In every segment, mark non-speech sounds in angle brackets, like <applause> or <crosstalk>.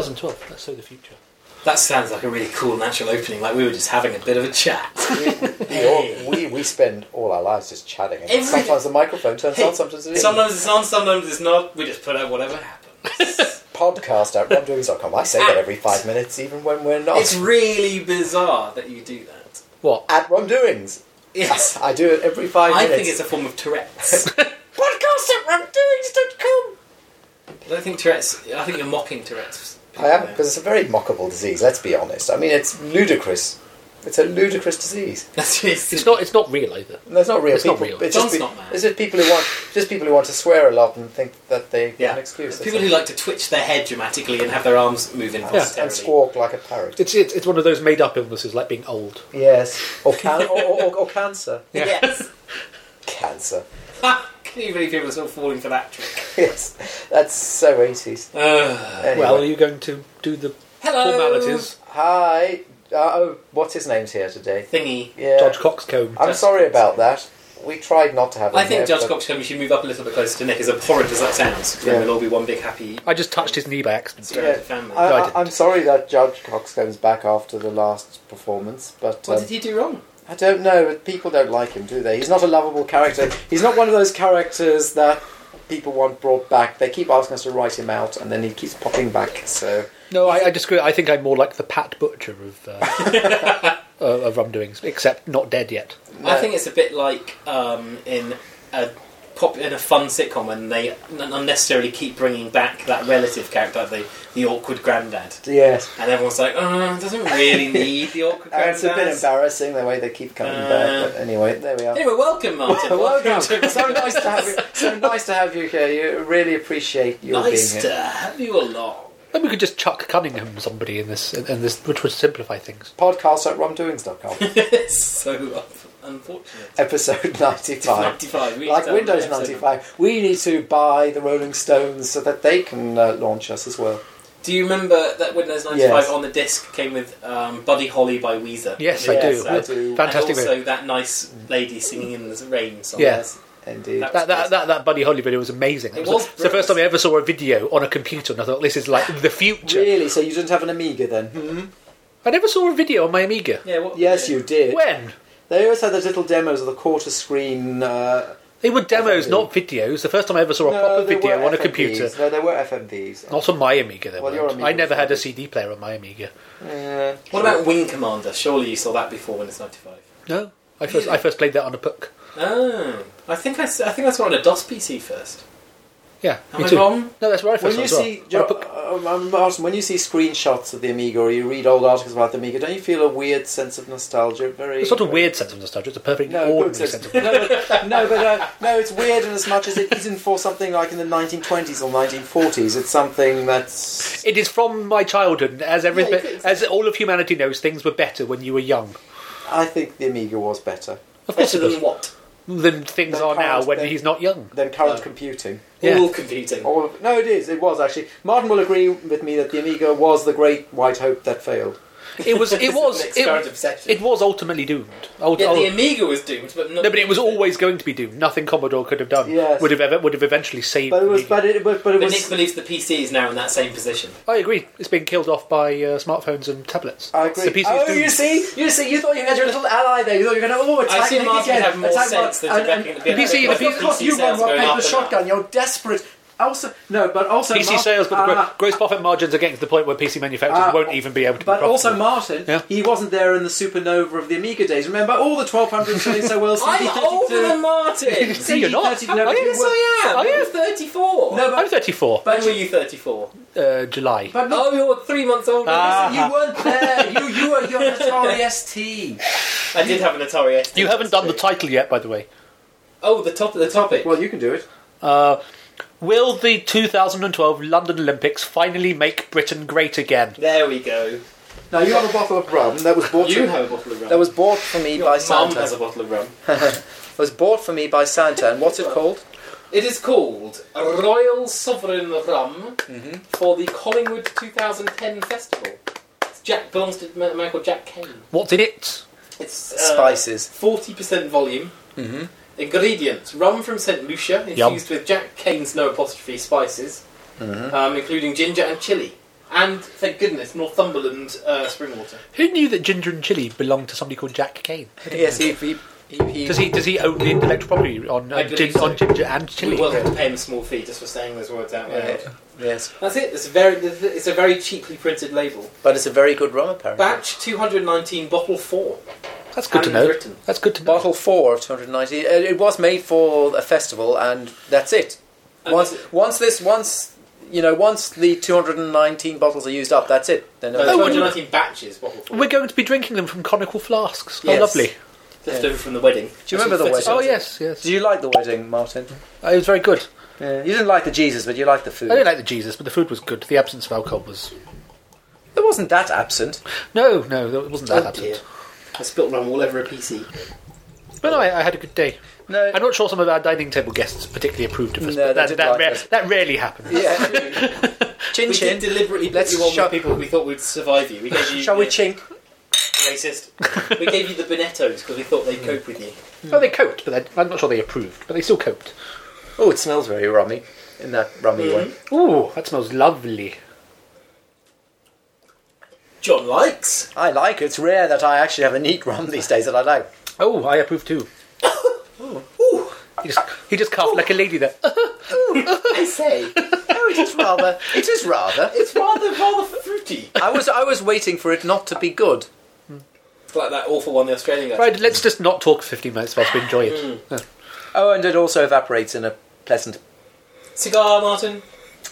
2012. Let's say the future. That sounds like a really cool natural opening. Like we were just having a bit of a chat. We, all, we, we spend all our lives just chatting. And Every- sometimes the microphone turns Hey, on, sometimes it isn't. sometimes it's on, sometimes it's not. We just put out whatever <laughs> happens. Podcast at rumdoings.com. I say that every five minutes, even when we're not. it's really bizarre that you do that. What? at rumdoings. Yes, I do it every five I minutes. think it's a form of Tourette's. podcast at rumdoings.com. I don't think Tourette's. I think you're mocking Tourette's. I am, because it's a very mockable disease, let's be honest. I mean, it's ludicrous. It's a ludicrous disease. That's just, It's not. It's not real either. And There's not real It's not people. real. It's just, John's not mad. it's just people who want just people who want to swear a lot and think that they have Yeah, an excuse. people who like to twitch their head dramatically and have their arms move and, involuntarily. and squawk like a parrot. It's, it's it's one of those made up illnesses like being old. Yes, or, can- or, or, or, or cancer. Yeah. Yes. Cancer. <laughs> Can you believe people are still falling for that trick? Yes, that's so eighties. Uh, Anyway. Well, are you going to do the hello. Oh. formalities? hi. Uh, oh, what's his name's here today? Thingy. Yeah, Dodge Coxcomb. I'm Judge sorry Cox. about that. We tried not to have. Him I think here, Judge but- Cox told me she move up a little bit closer to Nick, as abhorrent as that sounds, 'cause then Yeah. we'll all be one big happy I just touched his knee by accident. surrounded family. I, No, I I, didn't. I'm sorry that Judge Cox comes back after the last performance, but what um, did he do wrong? I don't know. But people don't like him, do they? He's not a lovable character. He's not one of those characters that people want brought back. They keep asking us to write him out, and then he keeps popping back. So No, I, I disagree. I think I'm more like the Pat Butcher of uh, <laughs> uh, of rumdoings, except not dead yet. I think it's a bit like um, in a pop in a fun sitcom when they n- unnecessarily keep bringing back that relative character, like the the awkward granddad, yes, and everyone's like, oh, doesn't <laughs> really need the awkward Uh, granddad. it's a bit embarrassing the way they keep coming Uh, back. But anyway, there we are. Anyway, welcome, <laughs> Martin. Welcome. so nice to have you. So nice to have you here. You really appreciate your nice being to here. have you along. <laughs> Then we could just chuck Cunningham somebody in this, and this, which would simplify things. Podcast at rumdoings.com, It's so unfortunate. episode ninety-five. 95. we like need to have Windows an episode 95. We need to buy the Rolling Stones so that they can uh, launch us as well. of- Do you remember that Windows 95 Yes. on the disc came with um, Buddy Holly by Weezer? Yes, I And do. Yes, it's, I uh, do. Fantastic And video. also that nice lady singing in the rain song. Yeah. Indeed. That- That, that, that, that Buddy Holly video was amazing. It It was was, the brilliant. first time I ever saw a video on a computer, and I thought, this is like the future. Really? So you didn't have an Amiga then? Hmm? I never saw a video on my Amiga. Yeah, what, Yes, you did. When? They always had those little demos of the quarter screen. Uh, They were demos, FMV. not videos. The first time I ever saw a proper they video were on a FMVs. computer. No, there were FMVs. Not on my Amiga, they Well, your weren't. Amiga I never was had a fine. CD player on my Amiga. Yeah. What about Wing Commander? Surely you saw that before Windows 95. No, I first, I Really? first played that on a PUC. Oh, I think I, s- I think I saw it on a DOS PC first. Yeah, Am me I too. wrong? No, that's where I first When you saw it see, as well. Jo- On a PUC. um, um, Martin, when you see screenshots of the Amiga or you read old articles about the Amiga, don't you feel a weird sense of nostalgia? Very It's not a weird sense of nostalgia. It's a perfectly No, ordinary good sense. sense of no, but- no, but uh, no, it's weird in as much as it isn't for something like in the 1920s or 1940s. It's something that's It is from my childhood, and as every Yeah, it is. as all of humanity knows, things were better when you were young. I think the Amiga was better Of course, Better it than was. what? Than things Than are now cars, when than- he's not young. than current Oh. computing. Yeah. All computing. All of, no, it is. It was actually. Martin will agree with me that the Amiga was the great white hope that failed. It <laughs> <laughs> was. It was. Nick's current it, obsession. it was ultimately doomed. Ult- yeah, the ult- Amiga was doomed, but not no, but it was always going to be doomed. Nothing Commodore could have done Yes. would have ever would have eventually saved. But it was. the But it. But, but it But Nick was. believes the PC is now in that same position. I agree. It's been killed off by uh, smartphones and tablets. I agree. The PC oh, is doomed. you see, you see, you thought you had your little ally there. You thought you were going to oh attack I assume Nick Martin again. would have more attack sense than Martin. to And- reckon and- the PC PC, the Of course, you sales run one going up paper and up. shotgun. You're desperate. Also, no, but also PC Martin- sales, but the gro- uh, gross profit margins are getting to the point where PC manufacturers Ah, won't even be able to. But be also profitable. Martin, Yeah. he wasn't there in the supernova of the Amiga days. Remember all the 1200 selling <laughs> so well. I'm older than <laughs> <laughs> Martin. See, you're not. CD-30, no, Are you? you Yes, I am. Are you? I'm 34. No, I'm but, 34. when were you 34? uh, July. but look, Oh, you're three months older. Ah. you weren't there. You you were your <laughs> Atari ST. I did have an Atari ST. You haven't done the title yet, by the way. Oh, the top of the topic. Well, you can do it. Uh, will the 2012 London Olympics finally make Britain great again? there we go. Now you have a bottle of rum that was bought. You to- have a bottle of rum. that was bought for me Your by mum Santa. has a bottle of rum. It was bought for me by Santa, and what's it called? It is called a Royal Sovereign Rum Mm-hmm. for the Collingwood 2010 Festival. It's Jack belongs to a man called Jack Kane. What's in it? It's uh, <laughs> Spices. <laughs> Forty percent volume. Mm-hmm. Ingredients: rum from Saint Lucia, infused Yum. Mm-hmm. with Jack Cain's no apostrophe spices, um, including ginger and chili. And thank goodness, Northumberland uh, Springwater. Who knew that Ginger and Chili belonged to somebody called Jack Kane? Yes, he, he, he, he- Does he does he own the intellectual property on I uh, believe gin, so. on Ginger and Chili? We will have to pay him a small fee just for saying those words out Yeah, loud. yes, That's it. It's very. It's a very cheaply printed label. but it's a very good rum apparently. Batch 219, bottle four. That's good to Aaron know. Britton. That's good to know. Bottle four of 290. Uh, It was made for a festival, and that's it. And Once, that's once this, once you know, once the 219 bottles are used up, that's it. Then uh, No, Oh, 219 batches, bottle four. We're going to be drinking them from conical flasks. How Yes. lovely! Left over from the wedding. Do you remember the That's wedding? Oh fitting. yes, yes. Did you like the wedding, Martin? Uh, it was very good. Yeah. You didn't like the Jesus, but you liked the I food. didn't like the Jesus, but the food was good. The absence of alcohol was It wasn't that absent. no, no. It wasn't that Oh, dear. absent. I spilt rum all over a PC. But no, I, I had a good day. No. I'm not sure some of our dining table guests particularly approved of us. No, but they that, didn't that, like rare- us. that rarely happens. Yeah. chin We did chin. deliberately put Let's you on shut- with people we thought would survive you. We <laughs> gave you Shall we the- chink? racist. we gave you the Benettos because we thought they'd cope with you. <laughs> Well, they coped, but they, I'm not sure they approved. But they still coped. Oh, it smells very rummy in that rummy way. Ooh, that smells lovely. John likes. I like it. It's rare that I actually have a neat rum these days that I like. Oh, I approve <coughs> too. Ooh, He just, he just coughed like a lady there. I say, Oh, it is rather. It is rather. it's rather rather fruity, I was I was waiting for it not to be good. It's like that awful one the Australian guy. Right, let's just not talk for 15 minutes whilst we enjoy it. Oh, and it also evaporates in a pleasant. Cigar, Martin.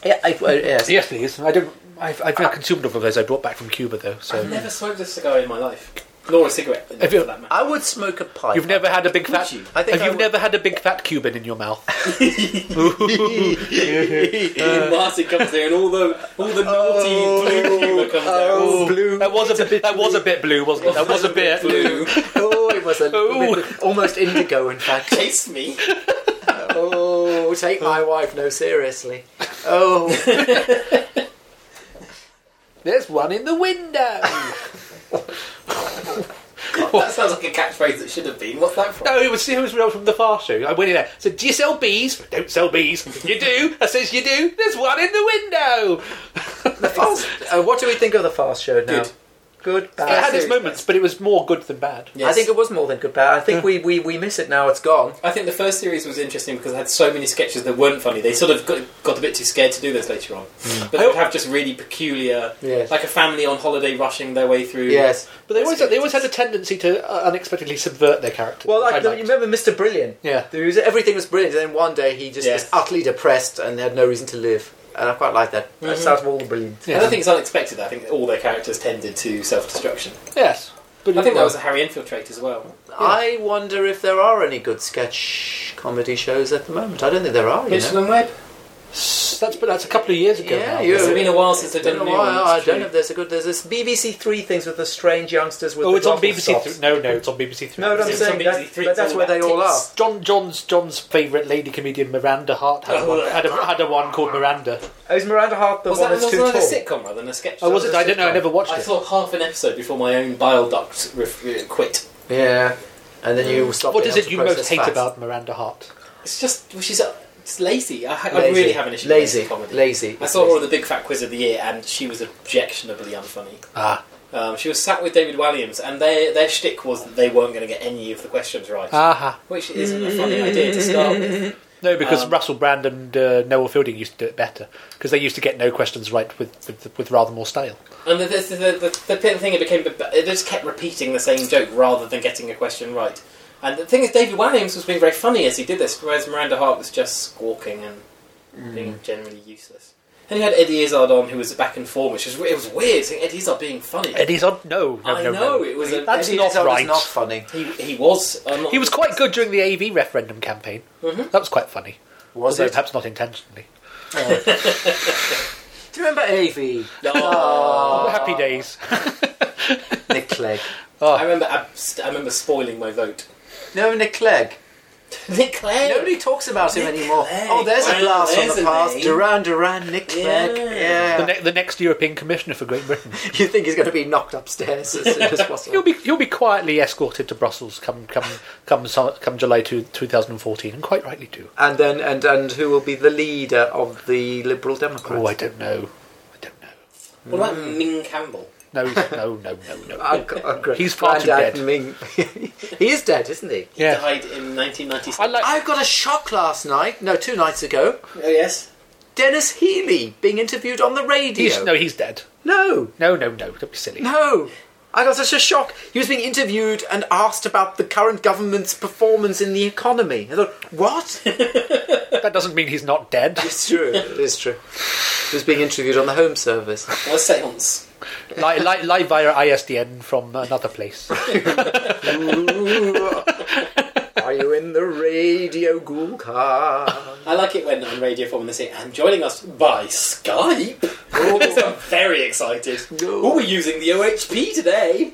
Yeah, I, uh, yes. Yes, please. I don't. I've, I've now consumed all of those I brought back from Cuba, though. I've So never smoked a cigar in my life, nor a cigarette. for Have you- that matter. I would smoke a pipe. you've never had a big fat. Would you? I think have I you would. never had a big fat Cuban in your mouth? Martin comes there, and all the all the naughty blue humour comes out. Oh, blue. That was a bit. That was a bit blue, wasn't it? That was a <laughs> bit. blue. Oh, it was a little Oh. bit, almost indigo, in fact. Taste me. Oh, take my wife no seriously. <laughs> Oh, There's one in the window. That sounds like a catchphrase that should have been. What's that from? no, it was it was real from the far show. I went in there. I said, "Do you sell bees? Don't sell bees. You do." I says, "You do." There's one in the window. the fast. Uh, what do we think of the fast show now? Good. Good, It had bad. its moments, but it was more good than bad. Yes. I think it was more than good, bad. I think we, we, we miss it now. It's gone. I think the first series was interesting because it had so many sketches that weren't funny. They sort of got, got a bit too scared to do those later on. But they would have just really peculiar, Yes. like a family on holiday rushing their way through. Yes. But they always they always had a tendency to uh, unexpectedly subvert their characters. Well, which I like, liked. you remember Mr. Brilliant? Yeah. There was, everything was brilliant, and then one day he just Yes. was utterly depressed and had no reason to live. And I quite like that. Mm-hmm. That's out of all the brilliant. I Yeah. don't think it's unexpected. I think all their characters tended to self-destruction. Yes. But I think that was a Harry Infiltrate as well. I wonder if there are any good sketch comedy shows at the moment. I don't think there are. You Mitchell know? and Webb. That's but that's a couple of years ago. Yeah, now. you- It's been a while since they've I don't done a know new why. one. I that's don't know true. if there's a good. There's this BBC Three things with the strange youngsters with Oh, the it's on bottle BBC. stops. Three. No, no, it's on BBC Three. No, no, I'm It's on saying BBC that, Three, but it's that's all where they about all are. tits. John John's John's favourite lady comedian Miranda Hart had, one, had, a, had a one called Miranda. Oh, is Miranda Hart the Was one that was that's too that tall? a sitcom rather than a sketch? Oh, was it? I don't know. I never watched I it. saw half an episode before my own bile ducts ref- uh, quit. Yeah. And then Mm. you stop. What being is able it to you process most hate fats. about Miranda Hart? It's just well, she's uh, it's lazy. I, ha- I Lazy. really have an issue Lazy. with comedy. Lazy. I saw her on the Big Fat Quiz of the Year, and she was objectionably unfunny. Ah, Um, she was sat with David Walliams, and their their shtick was that they weren't going to get any of the questions right, aha. which isn't a funny idea to start with. No, because Um, Russell Brand and uh, Noel Fielding used to do it better because they used to get no questions right with with, with rather more style. And the, the, the, the, the thing it became, it just kept repeating the same joke rather than getting a question right. And the thing is, David Walliams was being very funny as he did this, whereas Miranda Hart was just squawking and being generally useless. And you had Eddie Izzard on, who was back in form, which was it was weird. seeing Eddie Izzard being funny. Eddie's on. No, no, I no, know no. it was. A, That's Eddie not Izzard is right. not funny. He, he was. I'm not- He was quite good during the AV referendum campaign. Mhm. That was quite funny, Was although it? perhaps not intentionally. <laughs> Do you remember AV? No. Uh, Oh, happy <laughs> days. Nick Clegg. I remember. I, I remember spoiling my vote. No, Nick Clegg. Nick Clare. Nobody talks about him Nick anymore. Clegg. Oh, there's a Well, blast there's from a the past. name. Duran Duran, Nick Yeah. Clegg. Yeah. the, ne- the next European Commissioner for Great <laughs> Britain. you think he's going to be knocked upstairs as <laughs> soon as possible? He'll be he'll be quietly escorted to Brussels come come come su- come July two, 2014, and quite rightly do. and then, and and who will be the leader of the Liberal Democrats? Oh, I don't know. I don't know. What about Ming Campbell? No, he's- no, no, no, <laughs> no. Oh, g- oh, great. He's far too Grandad dead. Ming. <laughs> he is dead, isn't he? yeah. Died in 1996. I like. I got a shock last night. No, two nights ago. Oh, yes. Dennis Healy being interviewed on the radio. He's, no, he's dead. no, No, no, no. Don't be silly. No! I got such a shock. He was being interviewed and asked about the current government's performance in the economy. I thought, what? That doesn't mean he's not <laughs> dead. <laughs> it's true. It is true. He was being interviewed on the Home Service. Or a seance. Live, live, live via ISDN from another place. Ooh, <laughs> are you in the radio ghoul car? I like it when on Radio 4 when they say, and joining us by Skype. <laughs> Ooh, I'm very excited. No. Oh, we're using the OHP today.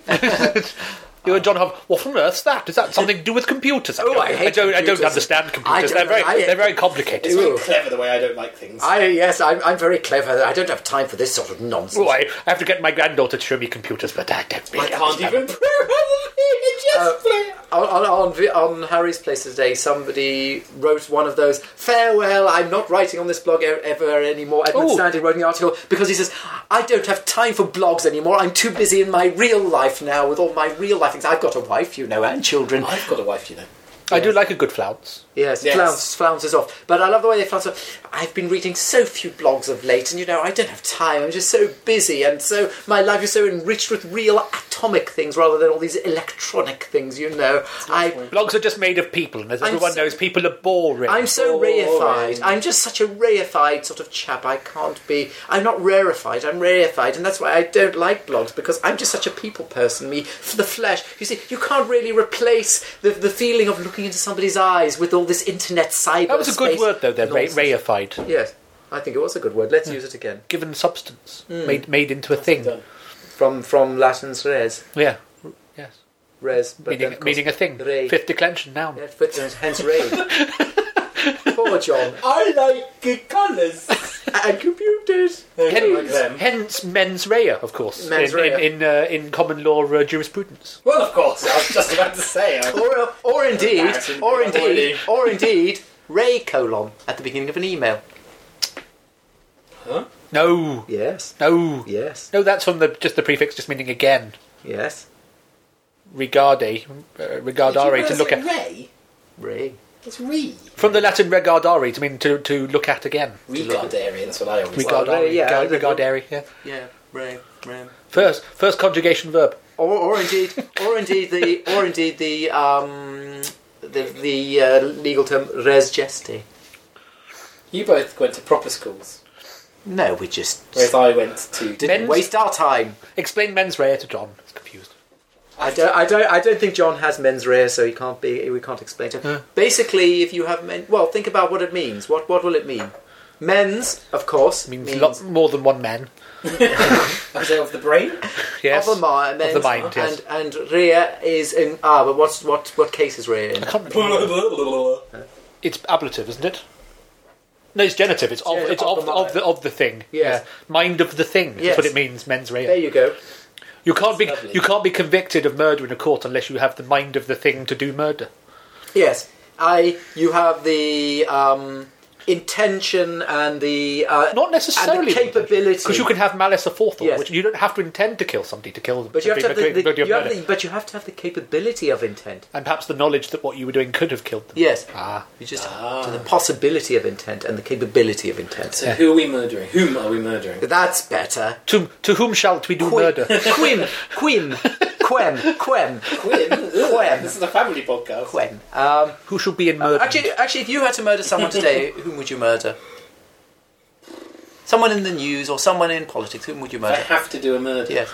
You know, John Hov, what on earth's that? Is that something to do with computers? Oh, I hate I don't, I don't computers. understand computers. I They're don't- very, I- they're very It's complicated. very Ooh. clever the way I don't like things. I, yes, I'm, I'm very clever. I don't have time for this sort of nonsense. Oh, I, I have to get my granddaughter to show me computers, but I don't I really can't understand even program it. <laughs> Just play. On, on, on, vi- on Harry's Place today, somebody wrote one of those, farewell, I'm not writing on this blog e- ever anymore. Edmund Ooh. Stanley wrote an article because he says, I don't have time for blogs anymore. I'm too busy in my real life now with all my real life things. I've got a wife, you know, and children. I've got a wife, you know. I do like a good flounce. Yes, Yes. flounce, flounces off. But I love the way they flounce off. I've been reading so few blogs of late, and you know, I don't have time. I'm just so busy, and so my life is so enriched with real atomic things rather than all these electronic things, you know. I. Blogs are just made of people, and as I'm everyone so- knows, people are boring. I'm so Boring. reified. I'm just such a reified sort of chap. I can't be. I'm not rarefied. I'm reified, and that's why I don't like blogs because I'm just such a people person. Me for the flesh. You see, you can't really replace the, the feeling of looking into somebody's eyes with all this internet cyber. that was a good space word, Hmm. though, then, ra- nonsense. reified. Yes, I think it was a good word. Let's use it again Given substance, Hmm. made made into a thing. Done. from from Latin's res, Yeah. Yes. res, but then, Meaning, of course, meaning a thing. Re. Fifth declension noun. Yeah, but hence <laughs> raid. Poor John I like good colours. and computers. Don't like Hence, them. hence mens rea, of course, Mens in, rea. in, in, uh, in common law uh, jurisprudence. Well, of course, I was just about to say. uh, <laughs> I- or, or indeed, Embarrassing. or indeed, Already. or indeed, Ray colon at the beginning of an email. No, Yes, no, yes, no. That's from the just the prefix, just meaning again. yes, Regardare, uh, regardare to Did you look pronounce at. it Ray. Ray. It's re. From the Latin regardare, to mean to, to look at again. Regardarian, that's what I always Regardare, Well, yeah, ga- I don't know. regardare. Yeah. Yeah, Ray, Ray. First, first conjugation verb. Or, or indeed, or indeed the, or indeed the, um, the, the uh, legal term res geste. You both went to proper schools, No, we just whereas I went to. didn't Men's- waste our time. Explain mens rea to John. He's confused. I don't, I don't, I don't think John has mens rea, so he can't be. We can't explain to him. Basically, if you have men, well, think about what it means. What, what will it mean? Men's, of course, Means, lot more than one man. I was of the <laughs> brain. Yes. of a mind, the mind, yes. and and rea is in ah, but what's what what case is rea in? I can't remember. That's It's ablative, isn't it? No, it's genitive. It's of, Yeah, it's of of, the of the of the thing. Yes. Yeah. Mind of the thing. That's Yes. what it means. Mens rea. There you go. You can't be Lovely. you can't be convicted of murder in a court unless you have the mind of the thing to do murder. Yes, I. You have the um, intention and the uh, Not necessarily and the capability because you can have malice aforethought, Yes. which you don't have to intend to kill somebody to kill them. But you have to have the, the, guilty of you have murder. the, but you have to have the capability of intent. and perhaps the knowledge that what you were doing could have killed them. Yes, Ah, you just to the possibility of intent and the capability of intent. So who are we murdering? Whom are we murdering? That's better. to to whom shall we do Quim, murder? quim, quim, quem, quem, <laughs> Quinn. Quinn. This is a family podcast. quem. Um, Who should be in murder? actually, actually, if you had to murder <laughs> someone today, whom would you murder? Someone in the news or someone in politics. Whom would you I murder? Uh, have to do a murder. Yes.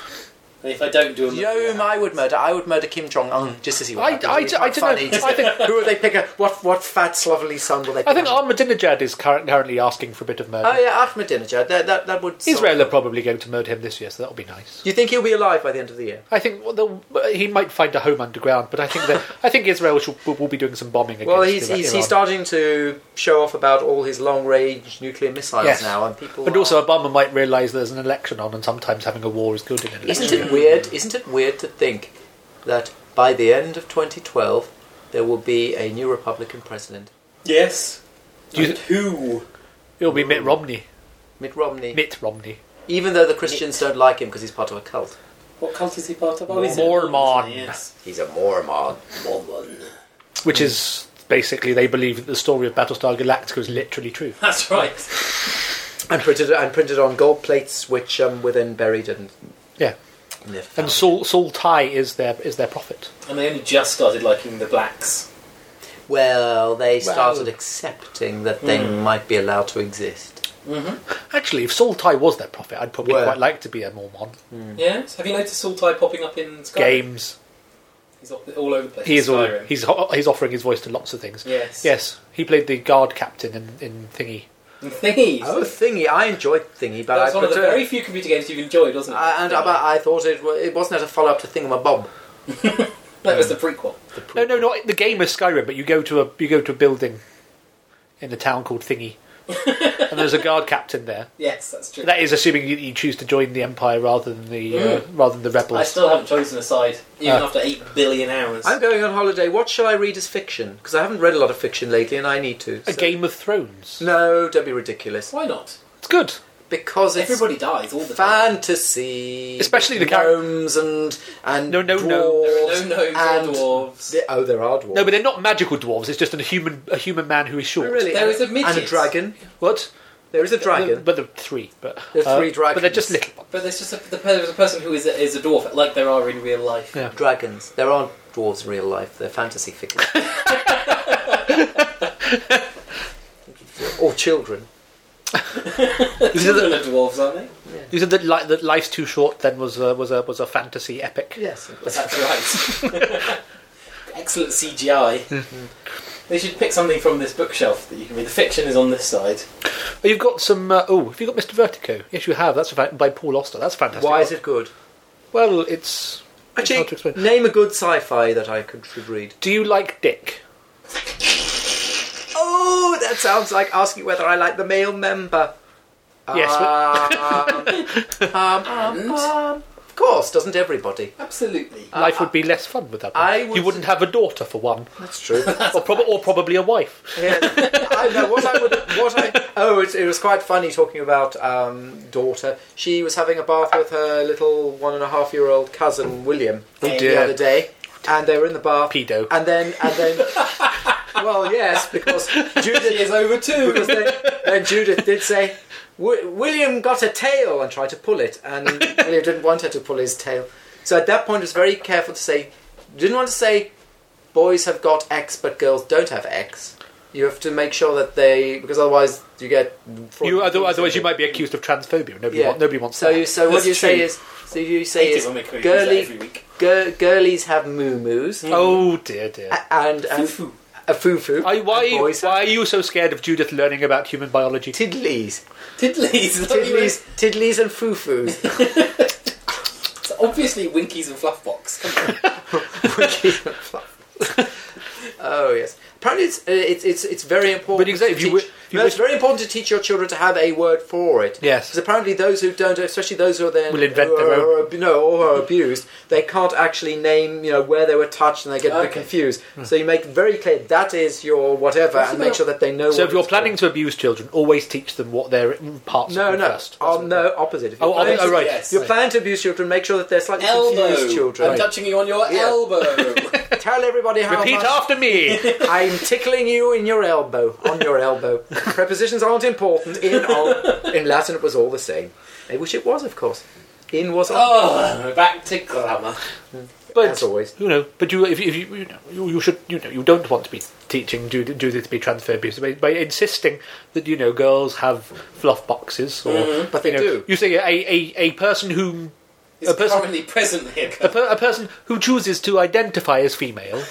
And if I don't do a murder, You know whom I would murder? I would murder Kim Jong Un just to see I- what happens. I- It'd be I quite dunno. funny, just I think- who would they pick? up? What what fat slovenly son will they? Pick I think up? Ahmadinejad is current, currently asking for a bit of murder. Oh yeah, Ahmadinejad. That that, that would. sort- Israel are probably going to murder him this year, so that'll be nice. You think he'll be alive by the end of the year? I think well, they'll- he might find a home underground, but I think that I think Israel should, will, will be doing some bombing. Against Well, he's, Iraq- he's, Iran. he's starting to show off about all his long range nuclear missiles Yes. now, and people. And are- also, Obama might realise there's an election on, and sometimes having a war is good in an election. isn't it weird? Isn't it weird to think that by the end of 2012 there will be a new Republican president, Yes. Do you- And who? It'll be Mitt Romney. Mitt Romney? Mitt Romney. Even though the Christians don't like him because he's part of a cult. What cult is he part of? Oh, he's a- Mormon. Yes. <laughs> He's a Mormon. Mormon. Mm. Which is basically they believe that the story of Battlestar Galactica is literally true. That's right. And printed and printed on gold plates, which um, were then buried and Yeah. never And found. Saul, Saul Tai is their is their prophet. And they only just started liking the blacks. Well, they Well- started accepting that they Hmm. might be allowed to exist. Mm-hmm. Actually, if Saul Tai was their prophet, I'd probably Where? quite like to be a Mormon. Yes. Have you noticed Sultai popping up in Skyrim? Games. He's all all over the place. He is in all, Skyrim. he's ho- he's offering his voice to lots of things. Yes. Yes, he played the guard captain in, in Thingy. And Thingies. Oh, Thingy! I enjoyed Thingy, but that was I one of the prefer- very few computer games you've enjoyed, wasn't it? I, and Thingy. I, I thought it wa- it wasn't a follow up to Thingamabob. that was the prequel. No, no, not the game of Skyrim, but you go to a you go to a building in a town called <laughs> Thingy, and there's a guard captain there. Yes, that's true. That is assuming you, you choose to join the Empire rather than the uh, rather than the I rebels. still haven't chosen a side, even Ah. after eight billion hours. Uh. I'm going on holiday. What shall I read as fiction? Because I haven't read a lot of fiction lately, and I need to. A so- Game of Thrones. No, don't be ridiculous. Why not? It's good. Because it's Everybody dies all the time. fantasy, Especially the char- gnomes and and No, no, no. There dwarves are no gnomes or and dwarves. the- oh, there are dwarves. No, but they're not magical dwarves. It's just a human a human man who is short. Oh, really, There is a and a midget. dragon. What? There is a dragon. But the three. But uh, There are three But they're dragons. just little ones. But there's just a, the, per- there's a person who is a, is a dwarf, like there are in real life. Yeah. Dragons. There aren't dwarves in real life. They're <laughs> fantasy fiction. <laughs> or children. These are the- <laughs> Children are dwarves, aren't they? You said that, li- that life's too short. Then was a, was a was a fantasy epic. Yes. That's right. <laughs> Excellent CGI. Mm-hmm. they should pick something from this bookshelf that you can read. The fiction is on this side. Oh, you've got some. Uh, oh, have you got Mr. Vertigo? Yes, you have. That's a fa- by Paul Auster. That's fantastic. Why is it good? Well, it's. it's hard to Actually, explain. name a good sci-fi that I could should read. Do you like Dick? Oh, that sounds like asking whether I like the male member. Yes, Um, um, um, of course, doesn't everybody? Absolutely. Life would be less fun without. Uh, I one. would you wouldn't have a daughter for <laughs> one, That's true. or, prob- or probably a wife. <laughs> Yeah, I know what I would. What I oh, it, it was quite funny talking about um, daughter. She was having a bath with her little one and a half year old cousin William Oh the dear, other day, and they were in the bath, pedo. and then and <laughs> then. Well, yes, because Judith is over because too. then, then Judith did say, "Wi- William got a tail and tried to pull it, <laughs> and William didn't want her to pull his tail. So at that point, it was very careful to say, didn't want to say, boys have got X, but girls don't have X. You have to make sure that they, because otherwise you get. You, other- otherwise, you might be accused of transphobia. Nobody, Yeah. want, nobody wants So, that. you, so what That's you say true. is, so you say Hate it is, when we create that every girly, week. gir, girlies have moo moos, oh dear, dear. and, and Foo-foo. a foo foo. I, why, and boys have why are you so scared of Judith learning about human biology? Tiddlies, Tiddlies. <laughs> is that what you meant? tiddlies, tiddlies, and foo foos. <laughs> It's obviously Winkies and Fluffbox. Come on. <laughs> oh yes. Apparently, it's, uh, it's it's it's very important. But exactly, to if you teach- wi- if you no, it's wish- very important to teach your children to have a word for it. Yes. Because apparently, those who don't, especially those who are then Will invent who their are, own. ab- no, or are abused, they can't actually name you know where they were touched, and they get a bit Okay. confused. Hmm. So you make very clear that is your whatever, What's and the- make sure that they know. So, what if you're it's planning for. to abuse children, always teach them what their parts No, are no, first. oh, no, opposite. If you're Oh, oh, planning oh, to- right. Yes. if you're planning to abuse children, make sure that they're slightly confused elbow. children. I'm touching you on your Yeah. elbow. Tell everybody how Repeat much after me. <laughs> I'm tickling you in your elbow, on your <laughs> elbow. Prepositions aren't important. In on. In Latin, it was all the same. I wish it was, of course. In was on. oh, we're back to grammar. But As always. you know. But you, if, you- if you, you, know, you, you should, you know, you don't want to be teaching Judith, Judith to be transphobia by, by insisting that you know girls have fluff boxes, or Mm-hmm. But they you know, do. You say a a, a person whom. It's A person- currently present here. A, per, a person who chooses to identify as <laughs> female,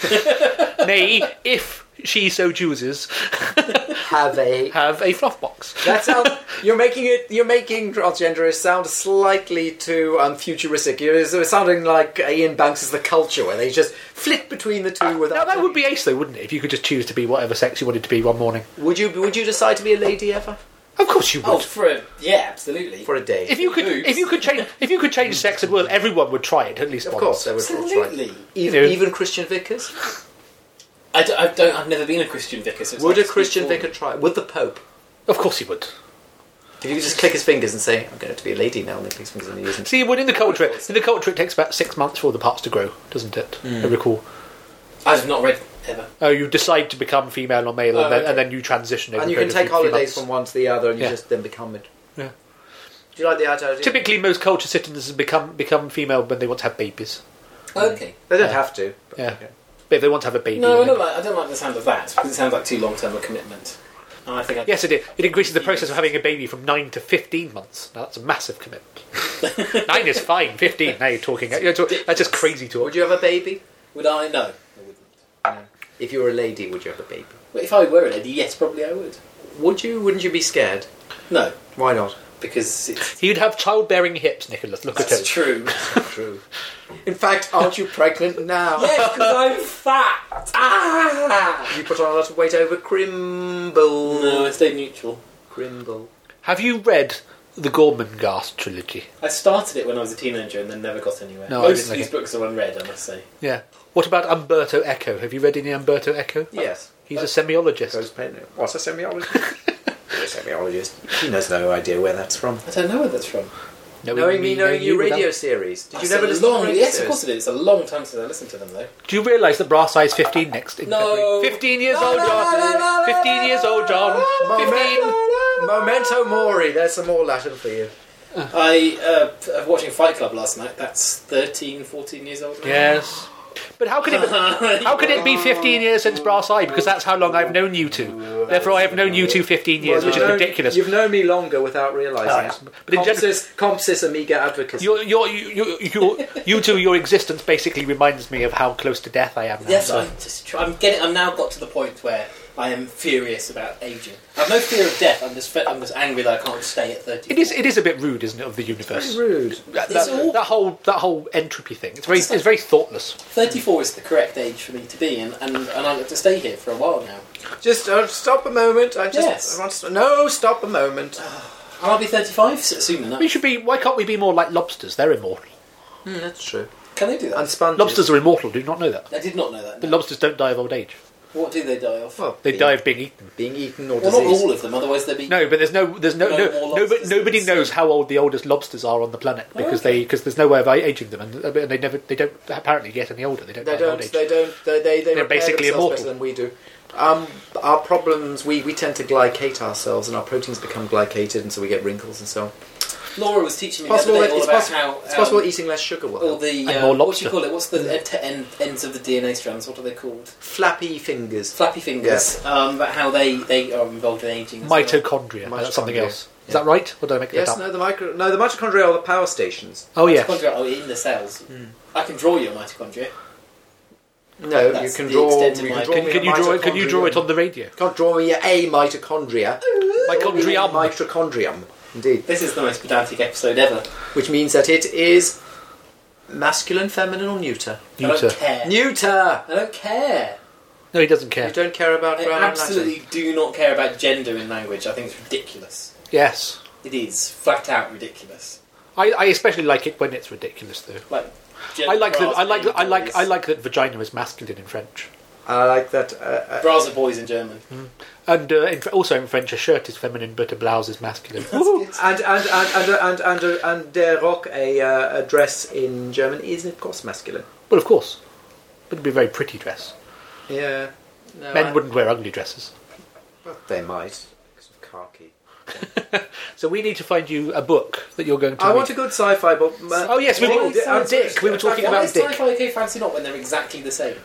nay, if she so chooses, <laughs> Have a. have a fluff box. <laughs> That sounds. You're making it. You're making transgenderist sound slightly too um, futuristic. You're sort of sounding like Ian Banks' The Culture, where they just flit between the two. Now Without that would be ace, though, wouldn't it? If you could just choose to be whatever sex you wanted to be one morning. Would you? Would you decide to be a lady ever Of course you would. Oh, for a, yeah, absolutely. for a day? if you could, boobs. if you could change, if you could change sex at will, everyone would try it at least of once. course, they would all try. absolutely. Even, You know. even Christian vicars. I don't, I don't. I've never been a Christian vicar. So it's Would hard a to speak Christian for vicar me. try? Would the Pope? Of course he would. If you could just click his fingers and say, "I'm going to be a lady now," and then click his fingers and use them. See, well, in the culture, in the culture, it takes about six months for all the parts to grow, doesn't it? I recall. I've not read ever. Oh, you decide to become female or male, Oh, and, then, okay. and then you transition. Over And you a can period of take few- few holidays from months. one to the other, and you Yeah. just then become it. Yeah. Do you like the idea? Typically, most culture citizens become become female when they want to have babies. Okay. they don't Yeah. have to. but- Yeah. But if they want to have a baby, No, I then- don't like. I don't like the sound of that because it sounds like too long term a commitment. And I think I, yes, it is. It increases the process of having a baby from nine to fifteen months. Now that's a massive commitment. nine is fine. Fifteen. Now you're talking. You're talk, that's just crazy talk. Would you have a baby? would I know? I wouldn't. If you were a lady, would you have a baby? But if I were a lady, yes, probably I would. Would you? Wouldn't you be scared? No, Why not? because it's He'd have childbearing hips, Nicholas. Look at that's him. true. True. In fact, aren't you <laughs> pregnant now? yes, because I'm fat. Ah. You put on a lot of weight over Crimble. No, I stayed neutral. Crimble. Have you read the Gormenghast trilogy? I started it when I was a teenager and then never got anywhere. No, I Most didn't of like these it. books are unread, I must say. Yeah. What about Umberto Eco? Have you read any Umberto Eco? Yes. He's a semiologist. Goes pain. What's a semiologist? <laughs> a semiologist. He has no idea where that's from. I don't know where that's from. Knowing me, knowing you would radio have- series. Did you That's never a listen long- to radio Yes, of series? course it is. It's a long time since I listened to them, though. Do you realise that Brass Eye's 15 next? In No. February? 15 years No, old, no, no, no, John. no, 15 years old, John. 15. Memento mori. There's some more Latin for you. I uh, I was watching Fight Club last night. That's 13, 14 years old. now. Yes. But how can it? How can it be 15 years since Brass Eye? Because that's how long I've known you two. Therefore, I have known you two 15 years, which is ridiculous. You've known me longer without realising Oh, yeah. it. But in Compsis, general- compsis amiga advocacy. Your, your, you, you, you, you two, your existence basically reminds me of how close to death I am now. <laughs> Yes, I'm just. Try- I'm getting. I'm now got to the point where I am furious about aging. I've no fear of death. I'm just. fe- I'm just angry that I can't stay at thirty. It is, it is a bit rude, isn't it, of the universe? rude. That, It's that- all- that whole that whole entropy thing. It's very it's very thoughtless. Thirty-four is the correct age for me to be, and and, and I like to stay here for a while now. Just uh, stop a moment. I just Yes. Ah, I want to, no. Stop a moment. And I'll be thirty-five so- soon enough. We should be. Why can't we be more like lobsters? They're immortal. Hmm, that's true. Can they do that? And sponges. Lobsters are immortal. Do you not know that? I did not know that. But no. lobsters don't die of old age. What do they die of? Well, They being, die of being eaten. being eaten or well, not diseased. all of them. Otherwise, they'd be. No, but there's no there's no, No no, more no but lobsters. nobody knows how old the oldest lobsters are on the planet because okay. they because there's no way of aging them and, and they never they don't apparently get any older. They don't. die They of don't. Old age. They don't. They they they They're repair basically themselves immortal. better than we do. Um, our problems. We, we tend to glycate ourselves, and our proteins become glycated, and so we get wrinkles and so on. Laura was teaching me It's possible. the That, other day all it's, about possi- how it's um, possible eating less sugar will. all help. the And uh, more what do lobster. you call it? What's the end to end, ends of the DNA strands? What are they called? Flappy fingers. Flappy fingers. Um, about how they they are involved in aging. as well. Mitochondria. That's something Mitochondria. else. Is Yeah. that right? Or did I make Yes. that up? No. The micro. No. The mitochondria are the power stations. Oh yeah. Mitochondria are in the cells. Hmm. I can draw you a mitochondria. No. That's you can the draw. You extent of my- can draw Can, me can a you draw it? Can you draw it mitochondrion. on the radio? Can't draw me a mitochondria. Mitochondrium. Mitochondrium. Indeed. This is the most pedantic episode ever. Which means that it is masculine, feminine, or neuter. I Neuter. don't care. Neuter. I don't care. No, he doesn't You care. don't care about I grammar and Latin. absolutely do not care about gender in language. I think it's ridiculous. Yes. It is flat out ridiculous. I, I especially like it when it's ridiculous though. Like I like that. bras I like. being that- I like. boys. I like that vagina is masculine in French, I like that. Uh, uh, bras are boys in <laughs> German. and uh, in, also in French, a shirt is feminine, but a blouse is masculine. Woohoo! and and and and and and, and, and der Rock a, uh, a dress in German is of course masculine. well, of course, but it'd be a very pretty dress. Yeah. No, Men I- wouldn't wear ugly dresses. Well, they might because of khaki. So we need to find you a book that you're going to. I read. want a good sci-fi book. ma- Oh yes, we Why will. is Uh, science Dick. We were talking Why about is Dick. sci-fi okay, fancy not when they're exactly the same?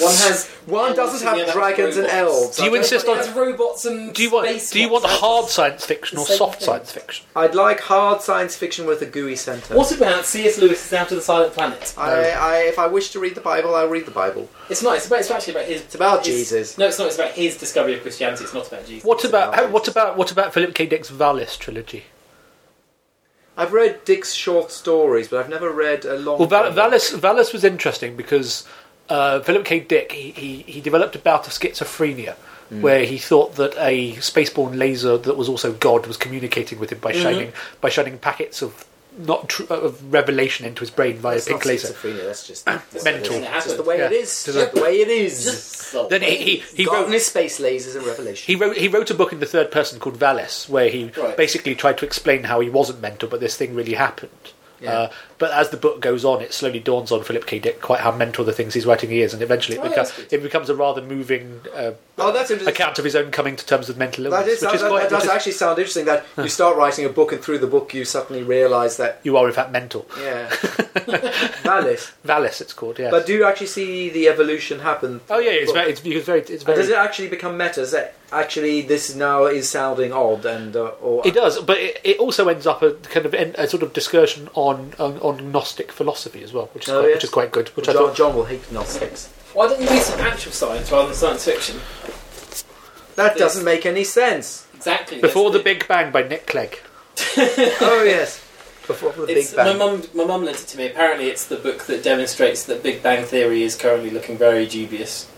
One has One doesn't have Yeah, that's dragons and robots. elves. Do you I don't insist like- It has robots and Do you want? space Do you want robots. hard science fiction or Same soft thing. science fiction? I'd like hard science fiction with a gooey centre. What about C.S. Lewis's Out of the Silent Planet? I, I, if I wish to read the Bible, I'll read the Bible. It's not. It's, about, it's actually about his. It's about his- Jesus. No, it's not. It's about his discovery of Christianity. It's not about Jesus. What about? about How, it. what about? What about Philip K. Dick's Valis trilogy? I've read Dick's short stories, but I've never read a long. Well, Val- novel. Valis, Valis was interesting because uh, Philip K. Dick he, he, he developed a bout of schizophrenia Mm. where he thought that Mm-hmm. a spaceborne laser that was also God was communicating with him by shining by shining packets of not tr- uh, of revelation into his brain via That's pink not laser. schizophrenia. That's <coughs> just that's Mental. It That's happened. just the way Yeah. it is. Just like- the way it is. Then he he, he God wrote and his space lasers and revelation. He wrote he wrote a book in the third person called Valis, where he Right. basically tried to explain how he wasn't mental, but this thing really happened. Yeah. Uh, but as the book goes on, it slowly dawns on Philip K. Dick quite how mental the things he's writing he is, and eventually it, Oh, becomes, that's good. it becomes a rather moving uh, oh, that's interesting. account of his own coming to terms with mental illness, That, is, which that, is that, quite that does which is- actually sound interesting. That you start writing a book, and through the book, you suddenly realise that you are in fact mental. yeah, <laughs> valid. Valis, it's called. Yeah. But do you actually see the evolution happen? oh yeah, it's Book? very it's, it's very it's And very. Does it actually become meta? Is that actually this now is sounding odd and uh, or It does, but it, it also ends up a kind of en- a sort of discussion on on, on Gnostic philosophy as well, which is Oh, quite, yes. which is quite good. Which I John, thought John will hate Gnostics. Why don't you read some actual science rather than science fiction? That Yes. doesn't make any sense. Exactly. before the that's Big Bang by Nick Clegg. oh yes, <laughs> before the <laughs> It's, Big Bang. My mum, my mum lent it to me. Apparently, it's the book that demonstrates that Big Bang Theory is currently looking very dubious,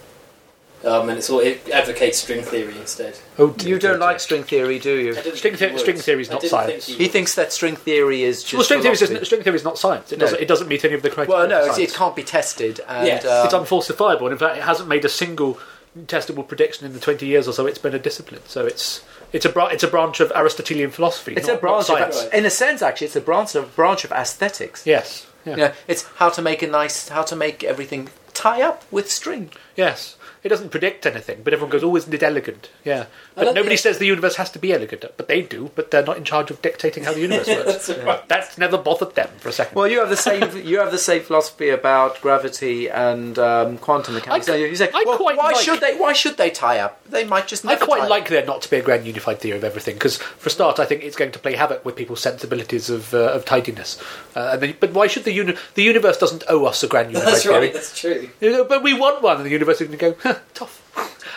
um, and it's all it advocates string theory instead. Oh, you dear, don't dear, like dear. string theory, do you? I didn't String think he the- would. string theory is I not didn't think science. he <laughs> He would. thinks that string thering is just Well, string theory, philosophy. is, string theory is not science. It, No. doesn't, it doesn't meet any of the criteria. Well, no, of it's, it science. can't be tested. And, Yes. um, It's unfalsifiable, and in fact, it hasn't made a single testable prediction in the twenty years or so it's been a discipline. So it's it's a bra- it's a branch of Aristotelian philosophy. It's not- a branch not science. of, in a sense, actually, it's a branch of branch of aesthetics. Yes. Yeah. You know, it's how to make a nice, how to make everything tie up with string. Yes. It doesn't predict anything, but everyone goes, "Oh, isn't it elegant?" Yeah. love But the- nobody says the universe has to be elegant, but they do. But they're not in charge of dictating how the universe works. <laughs> That's right. That's never bothered them for a second. Well, you have the <laughs> same, you have the same philosophy about gravity and um, quantum mechanics. I- So you say, I well, quite why like- should they? Why should they tie up? They might just. I Never tie quite up. like there not to be a grand unified theory of everything because, for a start, I think it's going to play havoc with people's sensibilities of, uh, of tidiness. Uh, and then, but why should the uni- the universe doesn't owe us a <laughs> grand unified That's theory? right. That's true. You know, but we want one, and the universe is going to go huh, tough.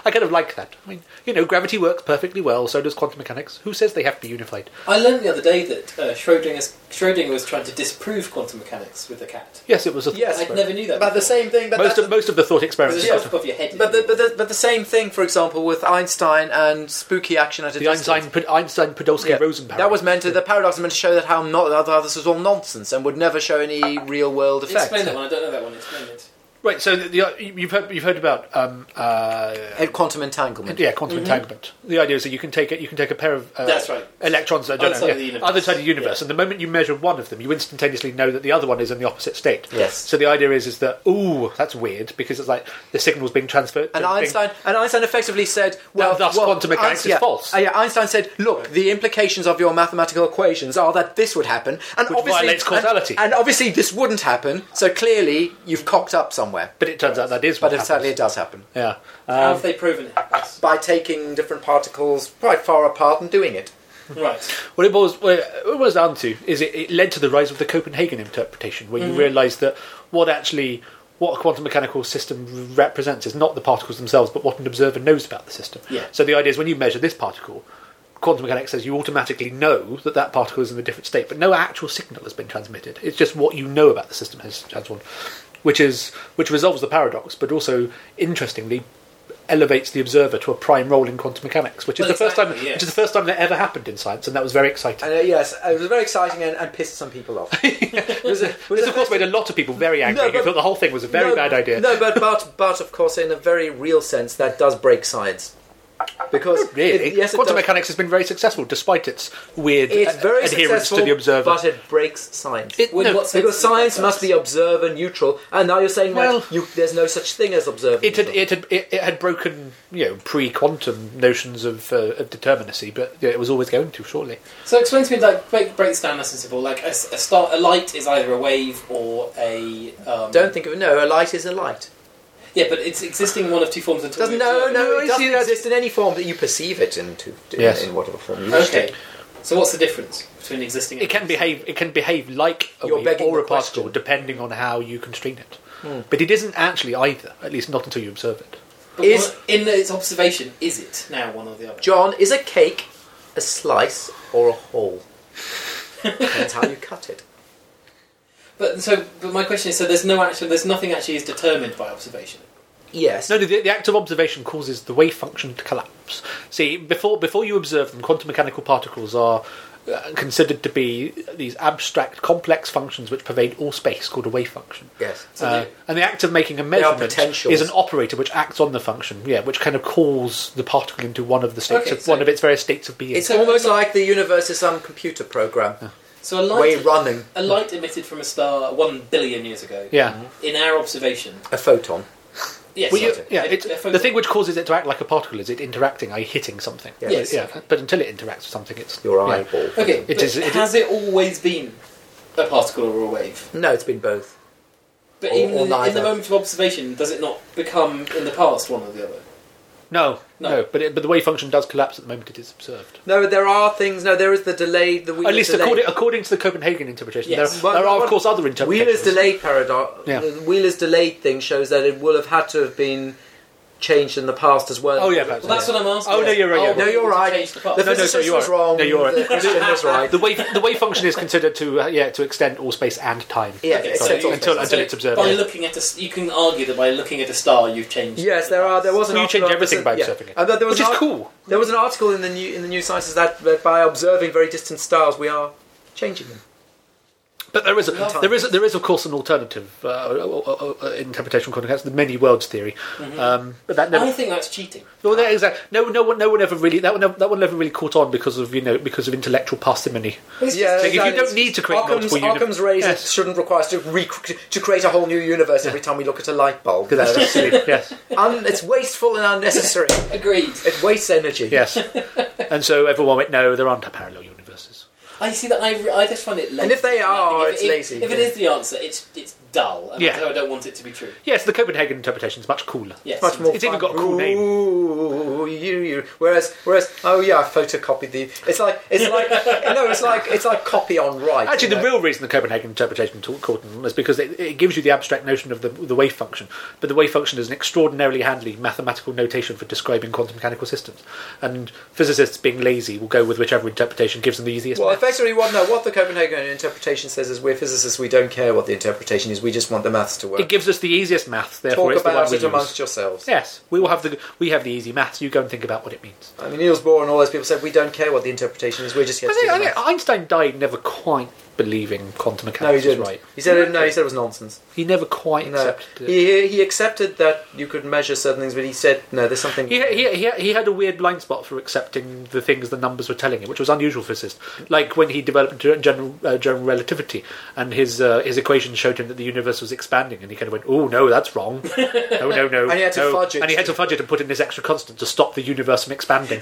I kind of like that. I mean, you know, gravity works perfectly well. So does quantum mechanics. Who says they have to be unified? I learned the other day that uh, Schrodinger's, Schrodinger was trying to disprove quantum mechanics with the cat. Yes, it was a thought Yes, I experiment. never knew that. But the before. same thing. But most that's of most of the thought It was experiments. just off But the top of your head. But the, but, the, but the same thing, for example, with Einstein and spooky action at a the distance. Einstein Einstein Podolsky Yeah. Rosen paradox. That was meant to the paradox was meant to show that how not how this was all nonsense and would never show any real world effect. Explain that one. I don't know that one. Explain it. right. So the, the, you've heard you've heard about um, uh, Uh, Quantum entanglement. Yeah, quantum entanglement. The idea is that you can take a, you can take a pair of uh, Mm-hmm. That's right. electrons that Other don't know, side of yeah, the universe. other side of the universe, Yeah. and the moment you measure one of them, you instantaneously know that the other one is in the opposite state. Yes. So the idea is is that ooh, that's weird because it's like the signal's being transferred. And being- Einstein, and Einstein effectively said, "Well, thus well, quantum mechanics Einstein- is yeah. false. Uh, yeah, Einstein said, "Look, the implications of your mathematical equations are that this would happen, and Which obviously, violates causality. and, and obviously this wouldn't happen. So clearly, you've cocked up somewhere. But it turns out that is But what it, happens. sadly, it does happen yeah. How Um, have they proven it happens? by taking different particles quite far apart and doing it. Right. what it boils what it boils down to is it, it led to the rise of the Copenhagen interpretation, where you Mm-hmm. realise that what actually what a quantum mechanical system represents is not the particles themselves, but what an observer knows about the system. Yeah. So the idea is when you measure this particle, quantum mechanics says you automatically know that that particle is in a different state, but no actual signal has been transmitted. It's just what you know about the system has transformed, which is which resolves the paradox, but also interestingly elevates the observer to a prime role in quantum mechanics, which is Well, the first time exactly, yes. which is the first time that ever happened in science, and that was very exciting. And uh, yes, it was very exciting and, and pissed some people off. It Uh, was a- it was This, a of course, made a lot of people very angry. No, but- who thought the whole thing was a <laughs> very No, bad idea. No, but, but but of course, in a very real sense, that does break science because it- Oh, really, yes, it quantum does. mechanics has been very successful, despite its weird It's a- very adherence successful, to the observer. but it breaks science. It- Would no, what sense because does that science make must be observer neutral, and now you're saying well, Well- you, there's no such thing as observer. it had neutral. it had it, it had broken you know pre-quantum notions of, uh, of determinacy, but yeah, it was always going to shortly. So explain to me, like break, breaks down lessons of all. Like a, s- a star, a light is either a wave or a. Um, Don't think of it. No, a light is a light. Yeah, but it's existing one of two forms. Until Doesn't, we no, observe it. no, No, it you doesn't see, that's- exist in any form that you perceive it into, in, Yes. in whatever form you wish Okay. to. So what's the difference between existing? and It can behave it can behave like a You're wave begging or the a particle, question. Hmm. depending on how you constrain it. But it isn't actually either, at least not until you observe it. But Is- what- in its observation, is it now one or the other? John, is a cake a slice or a whole? Depends how you cut it. But so, but my question is: so there's no actual, there's nothing actually is determined by observation. Yes. No, the, the act of observation causes the wave function to collapse. See, before before you observe them, quantum mechanical particles are uh, considered to be these abstract, complex functions which pervade all space, called a wave function. Yes. So Uh, they- and the act of making a are measurement potentials. is an operator which acts on the function, yeah, which kind of calls the particle into one of the states, Okay, of, so- one of its various states of being. It's So- almost like the universe is some computer program. So a Way light, running a light emitted from a star one billion years ago. yeah, In our observation. a photon. Yes. Well, you- sorry. yeah. A- It's, a photon. the thing which causes it to act like a particle is it interacting, i.e., hitting something. Yes. Yes. Yeah, but until it interacts with something, it's Your yeah. eyeball. Okay. It but is- it- has it always been a particle or a wave? No, it's been both. But Or- in, or the, in neither. the moment of observation, does it not become in the past one or the other? No, no, No. but it, but the wave function does collapse at the moment it is observed. No, there are things. No, there is the delayed. The Wheeler's At least delay. according, according to the Copenhagen interpretation, Yes. there, Well, there are of well, course other Wheeler's interpretations. delayed paradox. Yeah. The Wheeler's delayed thing shows that it will have had to have been changed in the past as well. Oh, yeah, perhaps. Well, that's what I'm asking. Oh, no, you're right, Are yeah. we No, you're able to right. change the past? The No, no, so physicist you are was right. wrong. No, you are The right. Christian was right. The wave the wave function is considered to uh, yeah to extend all space and time. Yeah, Okay, it's so all- until- so until it's observed, By yeah. looking at a, s- you can argue that by looking at a star, you've changed. Yes, there are. There was an You article change on- everything by yeah. observing it. Uh, there was Which is an ar- cool. There was an article in the new in the new sciences that, that by observing very distant stars we are changing them. But there is, a, Time. there is, there is of course an alternative uh, uh, uh, uh, interpretation called that's the many worlds theory. Mm-hmm. Um, but that never, I think that's cheating. well, that is that- no, no one, no one ever really that one, never- that one never really caught on because of you know because of intellectual parsimony. Yeah, Like, if you exactly. don't need to create Occam's, multiple uni- Occam's razor Yes. shouldn't require us to, re- to create a whole new universe every time we look at a light bulb. That's just silly. <laughs> yes, Un- it's wasteful and unnecessary. Agreed. It wastes energy. yes. And so everyone went, no, there aren't parallel universes. I see that. I, I just find it lazy. And if they are, I think if, it's if- lazy, If it yeah. is the answer, it's it's dull. And Yeah. so I don't want it to be true. Yes, the Copenhagen interpretation is much cooler. Yes. Much more It's even fun. got a cool name. Ooh, you, you. Whereas, whereas, oh yeah, I photocopied the. It's like, it's like, <laughs> no, it's like, it's like copy on right. Actually, you the know? real reason the Copenhagen interpretation ta- caught on is because it, it gives you the abstract notion of the, the wave function, but the wave function is an extraordinarily handy mathematical notation for describing quantum mechanical systems. And physicists, being lazy, will go with whichever interpretation gives them the easiest. Well, math. effectively, what no, what the Copenhagen interpretation says is, we're physicists. We don't care what the interpretation is. We just want the maths to work. it gives us the easiest math, therefore Talk it's the one about we it use. amongst yourselves. Yes, we will have the we have the easy maths. You go and think about what it means. I mean, Niels Bohr and all those people said we don't care what the interpretation is. We're just here I to do think, I the think maths." Einstein died never quite believing quantum mechanics No, he was didn't. right. He said it, no. He said it was nonsense. He never quite No, accepted it. he, he he accepted that you could measure certain things, but he said no. There's something. He, he, he, he had a weird blind spot for accepting the things the numbers were telling him, which was unusual for physicists. Like when he developed ge- general, uh, general relativity, and his uh, his equation showed him that the universe was expanding, and he kind of went, "Oh no, that's wrong. No, no, no." <laughs> And he had to no." fudge it. and he had to fudge it and put in this extra constant to stop the universe from <laughs> expanding.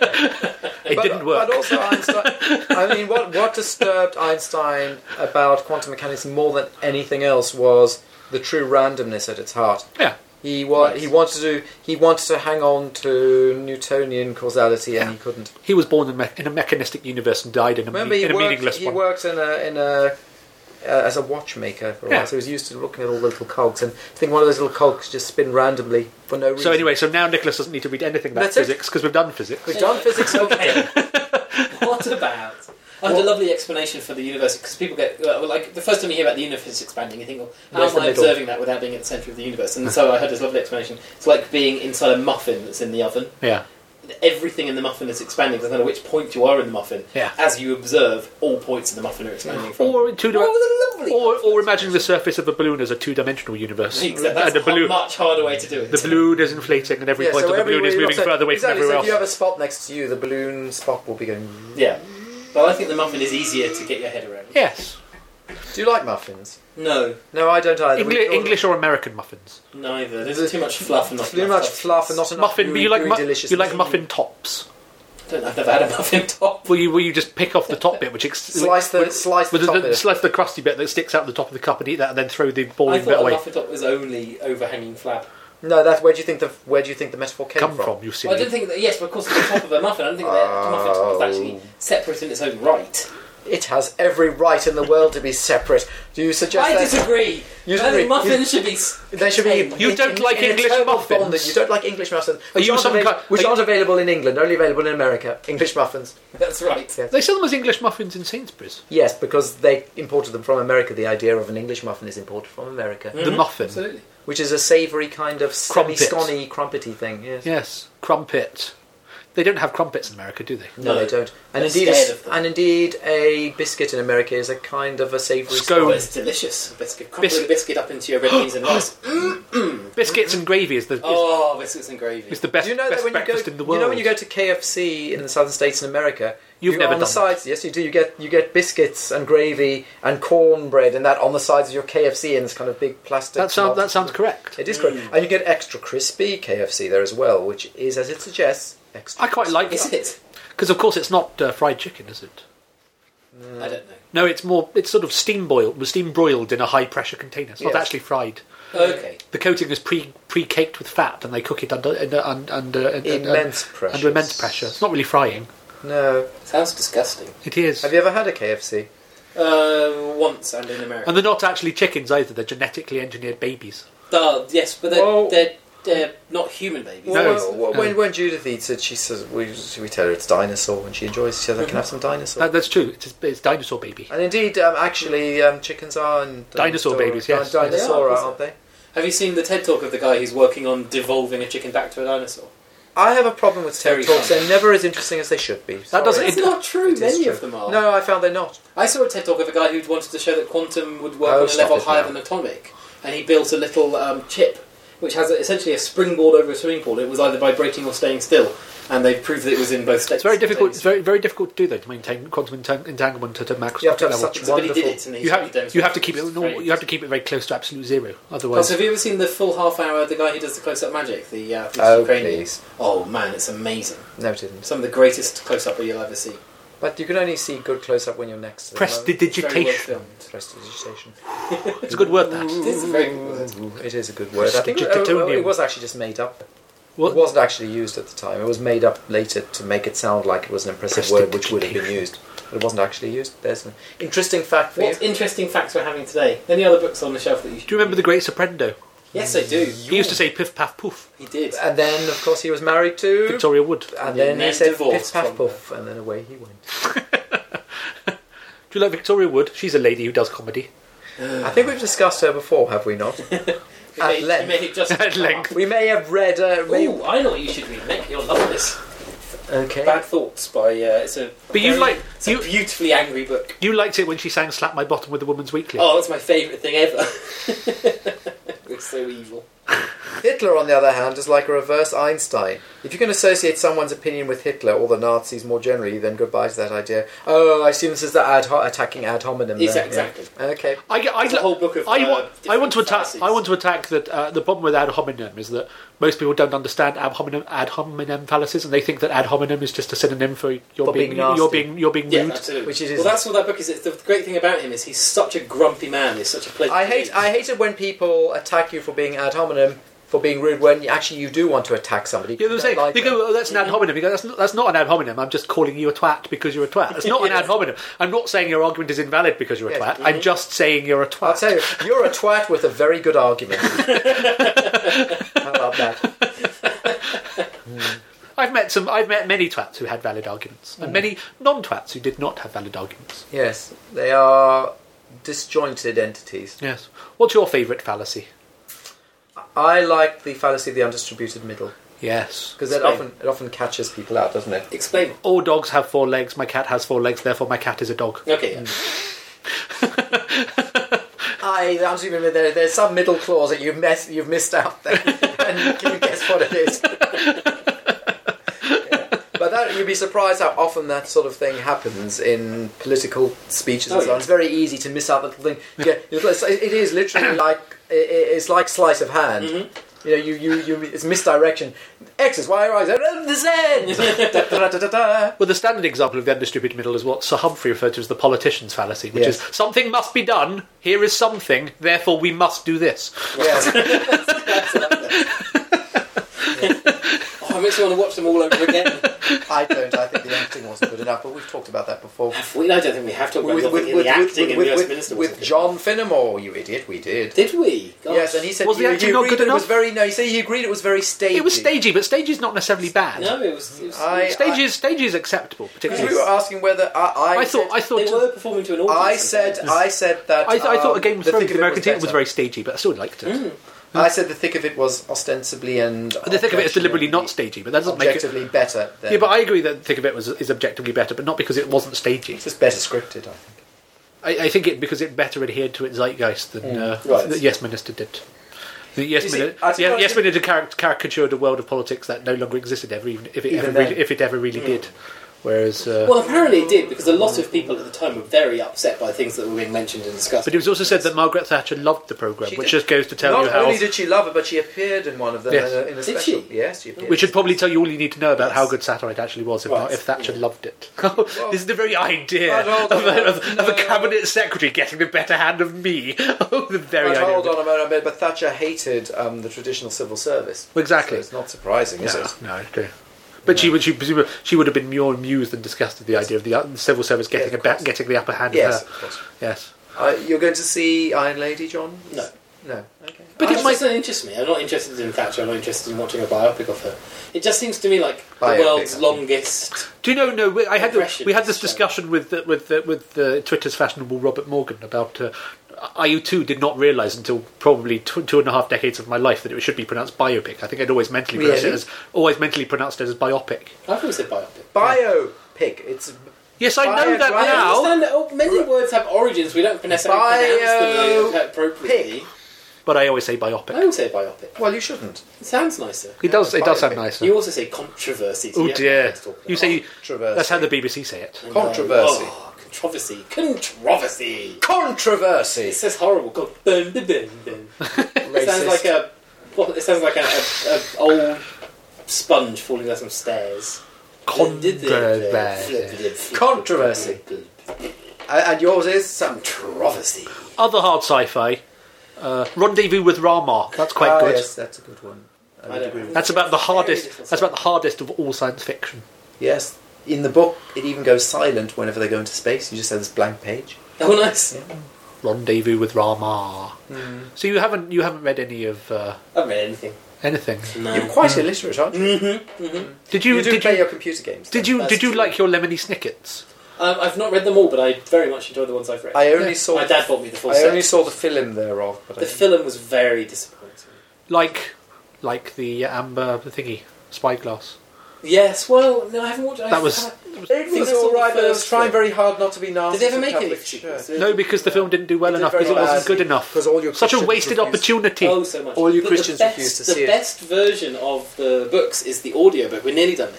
it But- didn't work. But also, Einstein. I mean, what what disturbed Einstein about quantum mechanics more than anything else was the true randomness at its heart. yeah, He wa- he wanted to he wanted to hang on to Newtonian causality, and Yeah. he couldn't. he was born in, me- in a mechanistic universe and died in a, me- Remember, he in a worked, meaningless he one. worked in a in a uh, as a watchmaker for a Yeah. while, so he was used to looking at all the little cogs, and I think one of those little cogs just spin randomly for no reason. So anyway, so now Nicholas doesn't need to read anything about That's it. physics because we've done physics. we've done <laughs> physics okay. what <laughs> about? I had Oh, a lovely explanation for the universe because people get uh, well, like the first time you hear about the universe expanding, you think, well, "How Where's am the I middle? observing that without being at the centre of the universe?" And so I heard this lovely explanation. It's like being inside a muffin that's in the oven. Yeah, Everything in the muffin is expanding. Doesn't matter which point you are in the muffin. Yeah. As you observe, all points in the muffin are expanding. From. or in two directions. Oh, lovely. Or, <laughs> or imagine the surface of a balloon as a two-dimensional universe, Except that's and the a balloon, much harder way to do it. the balloon is inflating, and every Yeah, point so of the balloon everywhere is you moving look, so- further away exactly, from so If you everywhere have a else. spot next to you, the balloon spot will be going. Yeah. But I think the muffin is easier to get your head around. Yes, Do you like muffins? No, No, I don't either. We- Engli- English or American muffins. neither. There's too much fluff and not Too enough much substance. fluff and not enough Muffin, gooey, you like gooey mu- deliciousness. you like muffin tops. Don't, I've never had a muffin top. Well, you where you just pick off the top bit, which ex- Slice the with- slice the with top. bit. slice the crusty bit that sticks out the top of the cup and eat that, and then throw the I boring bit thought a away. muffin top was only overhanging flap. No, that where do you think the where do you think the metaphor came Come from you see. Well, I don't think that. Yes, but of course, it's the top of a muffin. I don't think that the muffin top is actually Oh. separate in its own right. It has every right in the world to be separate. Do you suggest I that disagree. You I disagree. think muffins You- should be. s- There should be. contained. You don't like in English eternal muffins? fondness. You don't like English muffins. Which, you aren't, some avai- kind- which are you- aren't available in England, only available in America. English muffins. That's right. Yeah. They sell them as English muffins in Sainsbury's. Yes, because they imported them from America. The idea of an English muffin is imported from America, Mm. The muffin, Absolutely. which is a savoury kind of Crumpet. semi-scony, crumpety thing. Yes. yes, crumpet. They don't have crumpets in America, do they? No, No. they don't. They're And indeed, a, scared of them. and indeed, a biscuit in America is a kind of a savoury Scone. Oh, snack. it's delicious. Biscuit, crumbling Bis- biscuit up into your red beans <gasps> and rice. Biscuits and gravy is the is, Oh, biscuits and gravy. is the best, Do you know that best when you go, breakfast in the world. you know when you go to KFC in the southern states in America, You've you- never on the done sides. Yes, you do. You get you get biscuits and gravy and cornbread and that on the sides of your KFC in this kind of big plastic. that sounds that box. sounds correct. It is great, and you get extra crispy KFC there as well, which is, as it suggests, extra. I quite like <laughs> Is it it? because, of course, it's not uh, fried chicken, is it? Mm. I don't know. No, it's more. It's sort of steam boiled, steam broiled in a high pressure container. It's not Yes. actually fried. Okay. The coating is pre pre caked with fat, and uh, they cook it under under under, under, under Immense under, pressures. immense pressure. It's not really frying. No, Sounds disgusting. It is, have you ever had a KFC? Uh, once and in America. and they're not actually chickens either. They're genetically engineered babies. Uh, yes, but they're, Well- they're, they're not human babies. No. Well, well, when, when Judith eats it, she says, we, we tell her it's dinosaur, and she enjoys it. She says, I can have some dinosaur. That, that's true. It's, it's dinosaur baby. and indeed, um, actually, um, chickens are. And, Dinosaur babies, di- yes. Dinosaur, They are, aren't they? Have you seen the TED talk of the guy who's working on devolving a chicken back to a dinosaur? I have a problem with TED Very Talks. fun. They're never as interesting as they should be. Sorry. doesn't- It's it- not true. It is Many true. of them are. No, I found they're not. I saw a TED talk of a guy who wanted to show that quantum would Oh, work on a stop level it higher now. than atomic, and he built a little um, chip which has a, essentially a springboard over a swimming pool. It was either vibrating or staying still, and they proved that it was in both It's states. very difficult. It's So very very difficult to do though to maintain quantum entang- entanglement at a macroscopic You have to have level. such but he did wonderful- it, and he you have demonstrated you have to keep it's it normal, very you have to keep it very close to absolute zero. Otherwise, Plus, have you ever seen the full half hour? The guy who does the close-up magic, the uh, the Oh, Ukrainian. please. Oh man, it's amazing. No, it isn't. Some of the greatest close-up you'll ever see. But you can only see good close up when you're next to them. Oh, It's very well prestidigitation. filmed. Prestidigitation. It's a good word that. It Mm-hmm. is a very good word. It is a good word. I think it, oh, oh, it was actually just made up. What? It wasn't actually used at the time. It was made up later to make it sound like it was an impressive word, which would have been used, but it wasn't actually used. There's an interesting fact for you. What interesting facts we're having today? Any other books on the shelf that you? Do you remember the Great Soprendo? Yes, I do. He used to say "piff paff poof." He did. And then, of course, he was married to. Victoria Wood. And Yeah, then he men said piff divorced paff from puff, and then away he went. Do you like Victoria Wood? She's a lady who does comedy. I think we've discussed her before, have we not? You may- you length. may have <laughs> just- At length. <laughs> we may have read. Uh, may- Ooh, I know what you should read, Nick. You'll love this. okay. Bad Thoughts by uh, it's a. But you very- like- it's a you- beautifully angry book. You liked it when she sang "Slap My Bottom" with the Woman's Weekly. Oh, that's my favourite thing ever. <laughs> it's so evil. Hitler, on the other hand, is like a reverse Einstein. If you can associate someone's opinion with Hitler or the Nazis more generally, then goodbye to that idea. Oh, I assume this is the ad ho- attacking ad hominem. there. Exactly. exactly. Yeah. Okay. I, get- I, There's a whole book of, I, uh, want, I want to attack. different fallacies. I want to attack that. Uh, the problem with ad hominem is that most people don't understand ad hominem, ad hominem fallacies, and they think that ad hominem is just a synonym for you're For being being, nasty. you're being you're being Yeah, rude. absolutely. Which it well, isn't. that's what that book is. It's the great thing about him is he's such a grumpy man. He's such a pleasant. I hate I hate it when people attack you for being ad hominem, for being rude, when actually you do want to attack somebody. Yeah, they You say don't like they them. go, oh, "That's an ad hominem." You go, "That's not, that's not an ad hominem. I'm just calling you a twat because you're a twat. It's not an ad hominem. I'm not saying your argument is invalid because you're a Yes. twat. I'm just saying you're a twat." I'll tell you, you're a twat with a very good argument. How about that? I've met some. I've met many twats who had valid arguments, and many non-twats who did not have valid arguments. Yes, they are disjointed entities. Yes. What's your favourite fallacy? I like the fallacy of the undistributed middle Yes. because it Explain. often it often catches people out, doesn't it? Explain. All dogs have four legs. My cat has four legs. Therefore, my cat is a dog. Okay. yeah. Mm. I, I'm assuming that there, there's some middle clause that you've, mess, you've missed out <laughs> there. and can you guess what it is? Yeah. But that, you'd be surprised how often that sort of thing happens in political speeches Oh, and so on. yeah. It's very easy to miss out that little thing. You get- you- it's- it <coughs> is literally like it- it's like sleight of hand. Mm-hmm. You know, you, you, you, it's misdirection. X is Y, Y is Um, <laughs> the Z. Da, da, da, da, da, da. Well, the standard example of the undistributed middle is what Sir Humphrey referred to as the politician's fallacy, which Yes. is something must be done. Here is something. Therefore, we must do this. Yes. Oh, it makes me want to watch them all over <laughs> again. <laughs> I don't. I think the acting wasn't good enough, but we've talked about that before. we, I don't think we have to. With, with, the acting in with- the US with- Minister with wasn't John Finnemore, you idiot, we did. Did we? Gosh. Yes, and he said Was the he, acting he not agreed good that it was enough? very no. He said he agreed it was very stagey. It was stagey, but stagey's not necessarily bad. No, it was. It was I- Stagey is stagey is acceptable, Because particularly. we were asking whether I, I, I thought. I said- thought. they were performing to an audience. I said. I said that. I, th- I thought um, a Game of the Thrones thing the American that team was better. very stagey, but I still liked it. I said the thick of it was ostensibly and The thick of it is deliberately not stagey, but that doesn't make it. objectively better. Than, Yeah, but I agree that the thick of it was is objectively better, but not because it wasn't stagey. it's just better scripted. I think. I, I think it because it better adhered to its zeitgeist than uh, Right. the Yes Minister did. The Yes You see, Minister, I think yeah, I Yes think- Minister caric- caricatured a world of politics that no longer existed ever, even if it Even ever, really, then. if it ever really did. Whereas, uh, Well, apparently it did because a lot of people at the time were very upset by things that were being mentioned and discussed. but it was also said that Margaret Thatcher loved the program, She which did. just goes to tell not you how, only did she love it, but she appeared in one of them Yes. in, a, in a Did special. she? Yes, she appeared. which should probably tell you all you need to know about how Yes. good satire it actually was, if, Right. not, if Thatcher Yeah. loved it. <laughs> this is the very idea But of hold a, on, of, of a no. cabinet secretary getting the better hand of me. <laughs> Oh, the very But idea. of hold it. on a moment, but Thatcher hated um, the traditional civil service. Well, exactly. So it's not surprising, is No, it? no, I do. But she would, she, presume- she would have been more amused than disgusted at the idea of the uh, civil service getting Yes, of a ba- course. getting the upper hand of Yes, of her. course. Yes, Uh, you're going to see Iron Lady, John? No. No. Okay. But it it might- might not interest me. I'm not interested in Thatcher. I'm not interested in watching a biopic of her. It just seems to me like Biopic, the world's I think. longest. do you know? No, we, I had the, Impression we had this show. discussion with the, with the, with the Twitter's fashionable Robert Morgan about. Uh, I too did not realise until probably tw- two and a half decades of my life that it should be pronounced biopic. I think I'd always mentally pronounced it Really? as always mentally pronounced it as biopic. I've always said biopic. Biopic. It's Yes, I know Bio- that right, I now, understand that oh, many words have origins. We don't necessarily pronounce them Biopic. appropriately. but I always say Oh. I biopic. always say biopic. well, you shouldn't. It sounds nicer. It does. It does sound Biopic. nicer. You also say controversy. so Oh you have dear! to talk about You say Controversy. that's how the BBC say it. it. Controversy. Oh, controversy. Controversy. Controversy. It says horrible. God, burn the burn, burn. It <laughs> sounds like a. Well, it sounds like a, a, a old sponge falling down some stairs. Controversy. Controversy. A- and yours is some. Controversy. Other hard sci-fi. Uh, Rendezvous with Rama. That's quite Ah, good. Yes, that's a good one. I I would don't agree. know. With That's about the hardest. Very different That's about the hardest of all science fiction. Yes. In the book, it even goes silent whenever they go into space. You just have this blank page. Oh, nice. Rendezvous with Rama. So you haven't you haven't read any of uh, I haven't read anything. Mm-hmm, anything? No. You're quite illiterate, aren't Did you? Hmm. you, You do did play you your computer games. did you That's did you true. like your Lemony Snickets? Um, I've not read them all, but I very much enjoy the ones I've read. I only Yeah. saw. My dad bought me the full I set. only saw the film thereof, but the I didn't- film was very disappointing. Like like the amber thingy spyglass. Yes, well, no, I haven't watched. That was It think was I saw all the right, but I was first trying film. very hard not to be nasty. Did they ever to make any public. sequels? Sure. no because the film didn't do well It did enough very because it wasn't badly, good enough. 'cause all your Such a Christians wasted refused- opportunity. Oh, so much. All you But Christians the best, refuse to the see it. best version of the books is the audiobook. We're nearly done.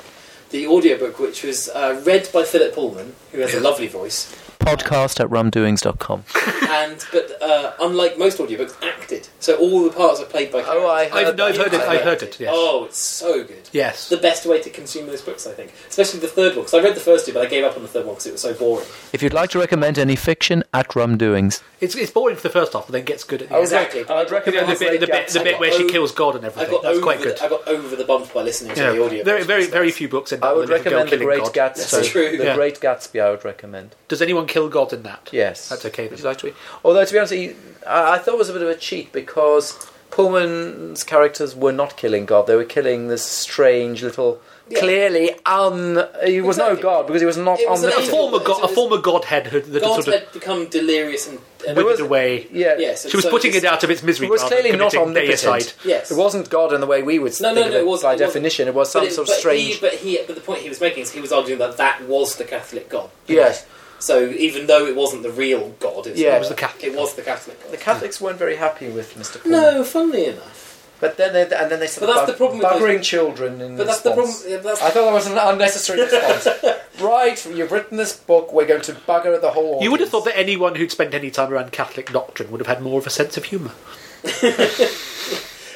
The audiobook, which was uh, read by Philip Pullman, who has a lovely voice, Podcast at rumdoings.com. and but uh, unlike most audiobooks, acted. So all the parts are played by. Oh, I heard I've, no, I've that. heard it. I've heard it. characters. Yes. Oh, it's so good. It's Yes. the best way to consume those books, I think. Especially the third one, because I read the first two, but I gave up on the third one because it was so boring. If you'd like to recommend any fiction, at Rum Doings. It's, it's boring for the first half, but then gets good at the end. Exactly. I'd You know, recommend the bit, the bit, the I bit got where she over- kills God and I everything. got That's over quite good. the, I got over the bump by listening to Yeah. the audio. Very, very, very few books end I up with would a little girl recommend The killing Great God. Gatsby. That's true. The Yeah. Great Gatsby, I would recommend. Does anyone kill God in that? Yes. That's okay. Would Then. you like to read? Although, to be honest, he, I, I thought it was a bit of a cheat because Pullman's characters were not killing God. They were killing this strange little. Yeah. Clearly, un. He was no Exactly. God because he was not It was on A an the. evil- former god, a former godhead who that had God sort of had become delirious and. and withered was- away. Yeah. Yes, and She was so putting this- it out of its misery. It was rather than clearly not committing omnipotent. deicide. Yes. It wasn't God in the way we would No, no, think no, of it it, wasn't- by it wasn't. definition. It was some but it- sort of but strange. He, but he, but the point he was making is he was arguing that that was the Catholic God. yes. So even though it wasn't the real God, it was, Yeah. It was the Catholic It was the Catholic God. The Catholics weren't very happy with Mr. Pullman. No, funnily enough. But then they, and then they said But that's bug- the problem with buggering children in But that's the response. problem. yeah, That's, I thought that was an unnecessary <laughs> response. right, you've written this book, we're going to bugger the whole You would have audience. thought that anyone who'd spent any time around Catholic doctrine would have had more of a sense of humour.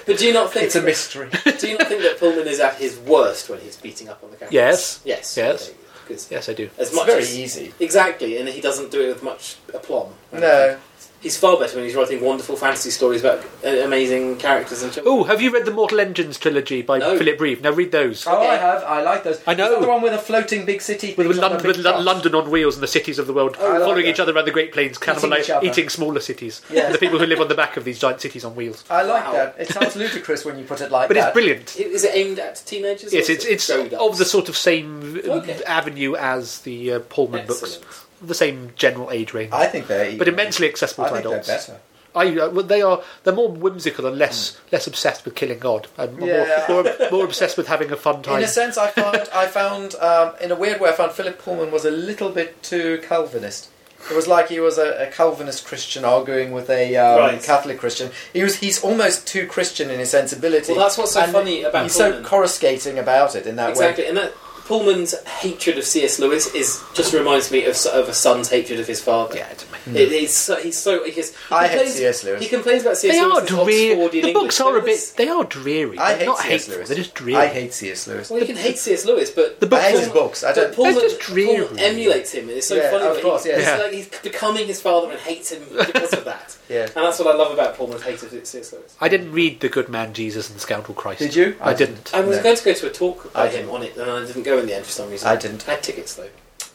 but do you not think It's a <laughs> mystery. Do you not think that Pullman is at his worst when he's beating up on the Catholics? Yes. Yes. Yes. okay, 'cause Yes, I do. As it's much very as, easy. Exactly, and he doesn't do it with much aplomb. No. He's far better when he's writing wonderful fantasy stories about uh, amazing characters and children. Oh, have you read the Mortal Engines trilogy by No. Philip Reeve? Now read those. Oh, I Okay. have. I like those. I know. Is that the one with a floating big city. with, things on London, the big with Lo- charts? London on wheels and the cities of the world I like following that. each other around the Great Plains, cannibalising, each eating, other. smaller cities. Yes. The people who live on the back of these giant cities on wheels. I like Wow. that. It sounds ludicrous when you put it like But that. it's brilliant. Is it aimed at teenagers? Yes, or it's is it it's grown-ups? of the sort of same uh, Okay. avenue as the uh, Pullman Excellent. books, the same general age range, I think they're. but immensely accessible I to think they're adults. better. I, uh, well, they are they're more whimsical and less less obsessed with killing God and more- Hmm. Yeah. more, more obsessed with having a fun time. In a sense, I found I found um, in a weird way I found Philip Pullman was a little bit too Calvinist. It was like he was a, a Calvinist Christian arguing with a um, Right. Catholic Christian. He was he's almost too Christian in his sensibility. Well, that's what's so And funny about he's Pullman. so coruscating about it in that exactly, way. and that Pullman's hatred of C.S. Lewis is just reminds me of, s- of a son's hatred of his father. Yeah, it's amazing. It, it's so, he's so because he I hate complains- C.S. Lewis. He complains about C.S. they are Lewis. dreary. The books are a bit. They are dreary. I They're hate not C.S. hateful. Lewis. They're just dreary. I hate C.S. Lewis. Well, you can hate C.S. Lewis, but The I hate books his are- books. I don't. But Pullman, That's just dreary. Pullman emulates him. It's so Yeah, funny. of that course, he, yeah. it's Yeah. like he's becoming his father and hates him because of that. <laughs> Yeah. And that's what I love about Pullman's hate of C.S. Lewis. I didn't read The Good Man Jesus and the Scoundrel Christ. Did you? I, I didn't. didn't. I was No. going to go to a talk I by him didn't. on it, and I didn't go in the end for some reason. I didn't. I had tickets though.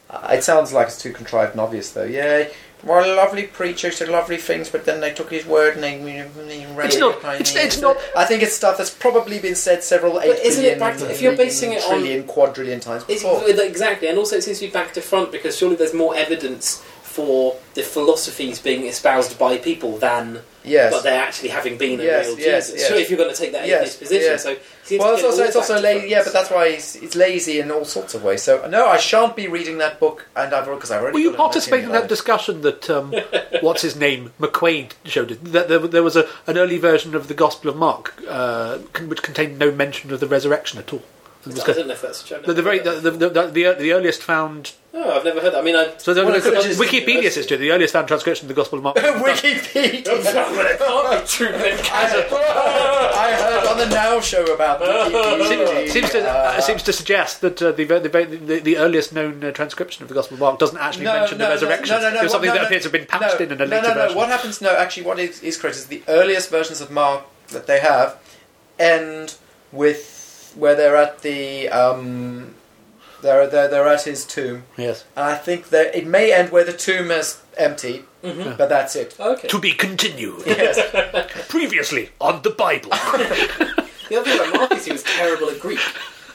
Uh, It sounds like it's too contrived and obvious, though. Yeah, what a lovely preacher said lovely things, but then they took his word and they. It's not- it's- it's not- I think it's stuff that's probably been said several eight isn't it billion, practi- if you're basing it on- trillion, quadrillion times It's, before. Exactly, and also it seems to be back to front because surely there's more evidence for the philosophies being espoused by people than yes. but they're actually having been a Yes, real yes, Jesus. yes. Surely if you're going to take that Yes, atheist position, yes. so it seems Well, to it's get also all it's also back to lazy. Yeah, front. but that's why it's, it's lazy in all sorts of ways. So no, I shan't be reading that book. And I've because I've already. Were you got an participating in opinion that discussion that <laughs> um, what's his name McQuaid showed? it? That there, there was a, an early version of the Gospel of Mark uh, con- which contained no mention of the resurrection at all. It was I good. don't know if that's true. I've The, the never very heard the, that. the, the, the, the earliest found Oh, I've never heard that. I mean, I. so the, Well, the- it's- Wikipedia says <laughs> to the earliest found transcription of the Gospel of <laughs> Mark. about it. Wikipedia. can't be true. then. I <laughs> heard- I heard on the Now show about Wikipedia. Seems, seems to, uh, seems to suggest that uh, the, ve- the, ve- the the earliest known uh, transcription of the Gospel of Mark doesn't actually mention the resurrection. No, no, no, it was what- something no, that no, appears to have been patched no, in in a no, later no, no. version. What happens? No, actually, what is, is correct is the earliest versions of Mark that they have end with where they're at the um, they're they're, they're at his tomb. Yes. And I think that it may end where the tomb is empty, but that's it. Okay. To be continued. <laughs> Yes. Previously on the Bible. The other thing about Mark is he was terrible at Greek.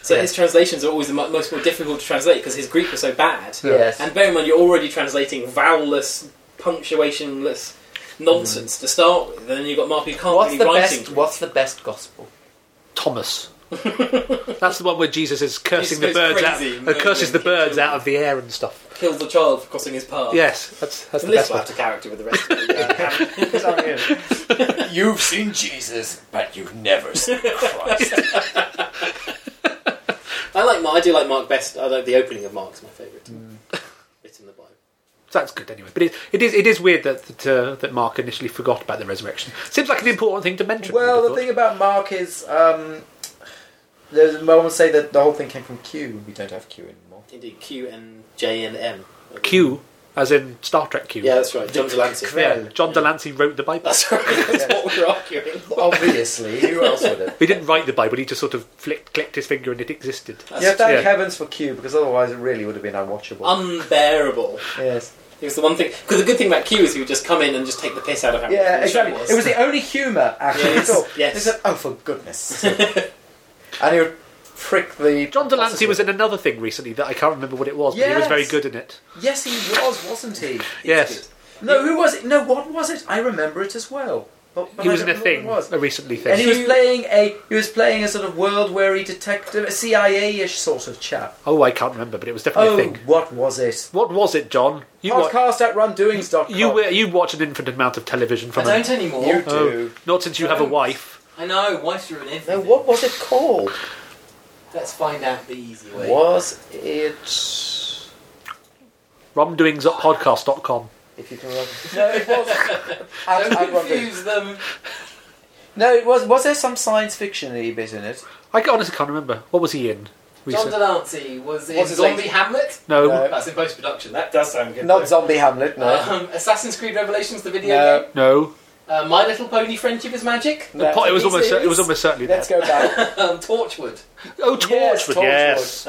So Yeah. his translations are always the mo- most more difficult to translate because his Greek was so bad. Yes. And bear in mind, you're already translating vowelless, punctuationless nonsense to start with. Then you've got Mark who can't really write in Greek. What's the best <laughs> gospel? Thomas. <laughs> That's the one where Jesus is cursing the He's goes birds crazy, out, uh, curses the murdering birds children. out of the air and stuff. Killed the child for crossing his path. Yes, that's that's It's the a best little one. out of character with the rest of it. You've seen Jesus, but you've never <laughs> seen Christ. I like Mark. I do like Mark best. I like the opening of Mark's my favourite. Mm. Bit in the Bible. So that's good anyway. But it, it is it is weird that that, uh, that Mark initially forgot about the resurrection. Seems like an important thing to mention. Well, I the thing about Mark is, um, there's, I want to say that the whole thing came from Q, and we don't have Q anymore. Indeed, Q and J and M. Q, as in Star Trek Q. Yeah, that's right. John Delancey. Yeah, John Yeah. Delancey wrote the Bible. That's right. <laughs> That's what we're arguing. Obviously, <laughs> who else would have? He didn't write the Bible. He just sort of flicked, clicked his finger and it existed. Yeah, That's thank Yeah. heavens for Q, because otherwise it really would have been unwatchable. Um, unbearable. yes. It was the one thing. Because the good thing about Q is he would just come in and just take the piss out of how Yeah, the show exactly. It was the only humour, actually. Yes, at all. yes. They said, oh, for goodness. sake." <laughs> and he would prick the. John Delancey was in another thing recently that I can't remember what it was, but he was very Yes. good in it. Yes, he was, wasn't he? yes, No, who was it? No, what was it? I remember it as well. But, but he I was in don't a remember what it thing, was. a recently thing. And he was playing a he was playing a sort of world weary detective, a CIA-ish sort of chap. Oh, I can't remember, but it was definitely Oh, a thing. what was it? What was it, John? You wa- Podcast at rundoings.com. you wa- you watch an infinite amount of television I from a, don't anymore. You Oh, do. not since you have a Don't. wife. I know. Wife's ruined No, everything. what was it called? Let's find out the easy way. <laughs> Was it? Rumdoings.podcast.com. If you can remember. No, it was. <laughs> at, at Don't rundoings. confuse them. No, it was. Was there some science fiction bit in it? I ca- honestly can't remember. What was he in? John Recent? Delancey was in What's his Zombie name? Hamlet. no. No. That's in post production. That does sound good. Not though. Zombie Hamlet. No. Uh-huh. Um, Assassin's Creed Revelations, the video No. game. No. Uh, My Little Pony: Friendship is Magic. <laughs> No. Po- it was TV almost cer- it series? was almost certainly there. Let's go back. Um, Torchwood. Oh, Torchwood. <laughs> Yes. Torchwood. Oh. Yes.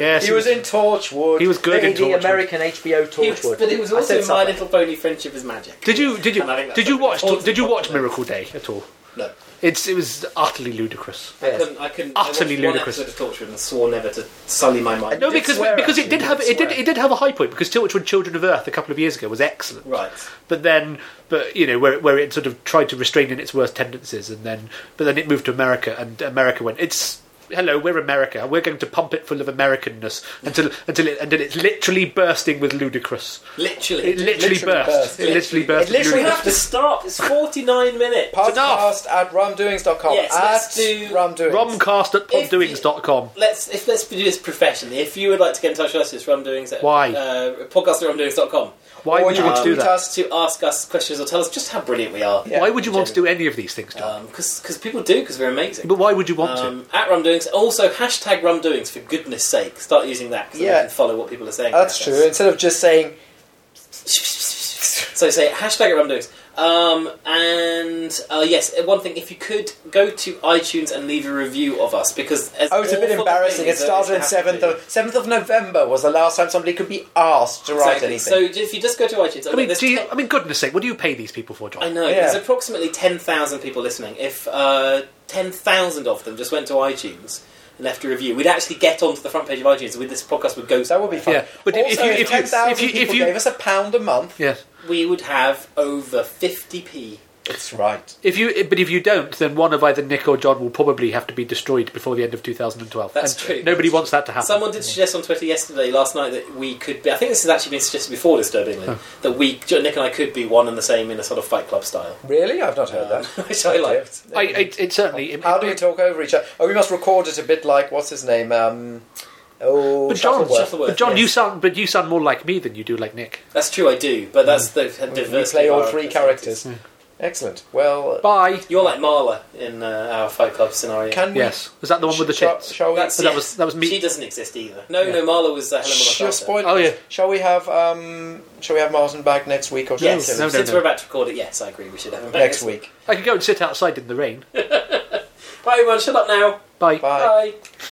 Yes, He he was was- in Torchwood. he was good the, in the Torchwood. American HBO He was- Torchwood. but it was I said also My something. Little Pony: Friendship is Magic. Did you did you And I think that's did you something watch important. did you watch Miracle Day at all? No, It's it was utterly ludicrous. I couldn't. I couldn't. Utterly I watched ludicrous. One episode of Torchwood and swore never to sully my mind. No, did because swear, because it actually, did have did it did swear. it did have a high point because Tiltwood Children of Earth a couple of years ago was excellent. Right. But then, but you know, where where it sort of tried to restrain in its worst tendencies, and then but then it moved to America, and America went, it's hello, we're America, we're going to pump it full of Americanness until until it until it's literally bursting with ludicrous. Literally. It literally, Literally burst. burst. It literally burst. with We ludicrous. have to stop. It's 49 minutes. Podcast at rumdoings.com. Yes, let's at do- rumdoings. Romcast at poddoings.com. Let's if let's do this professionally. If you would like to get in touch with us, it's rumdoings at Why? uh, podcast at rumdoings.com. Why Or would you want to do tweet that? us. to ask us questions or tell us just how brilliant we are. Yeah. Why would you want to do any of these things, John? Because people do because we're amazing. but why would you want to? Um, at rumdoings, also hashtag rumdoings for goodness sake. Start using that because Yeah. can follow what people are saying. That's about us. true. Instead of just saying, <laughs> So say hashtag at rumdoings. Um, and uh, yes, one thing if you could go to iTunes and leave a review of us because as oh, it's a bit awful embarrassing. It things that started on used to happen 7th of, 7th of November was the last time somebody could be asked to to- write Exactly. anything. So if you just go to iTunes, I mean, there's do you, ten- I mean, goodness sake, what do you pay these people for, John? I know Yeah. there's approximately ten thousand people listening. If uh, ten thousand of them just went to iTunes and left a review, we'd actually get onto the front page of iTunes. With this podcast would go. That would be fun. Yeah, but if- also, if you- if you- 10,000 if you- if people you- gave us a pound a month. Yes. We would have over fifty p. That's right. If you, but if you don't, then one of either Nick or John will probably have to be destroyed before the end of 2012. That's and true. Nobody wants that to happen. Someone did suggest on Twitter yesterday, last night, that we could be. I think this has actually been suggested before, disturbingly, that we, Nick and I, could be one and the same in a sort of Fight Club style, Um, Really? I've not heard that. <laughs> which I liked. <laughs> I, it, it certainly. it- How do we talk over each other? Oh, we must record it a bit like what's his name? Um, oh, But John, Shuttleworth. Shuttleworth. but John, you yes. sound, but you sound more like me than you do like Nick. That's true, I do, but that's Hmm. the diversity. We play of all our three personalities. characters. Excellent. Well, Bye. You're like Marla in uh, our Fight Club scenario. can we? Yes, was that the one with the sh- shall- tits? Shall we? that's, But that yes. was- that was me- She doesn't exist either. No, no, Marla was uh, Helena Sh- Bonham you're Carter. spoiling. Oh, yeah. Shall we have? Um, shall we have Martin back next week or Yes, something? No, no, since no. we're about to record it, yes, I agree. We should have him back <laughs> next week. I could go and sit outside in the rain. Bye, everyone. Shut up now. Bye. Bye. Bye.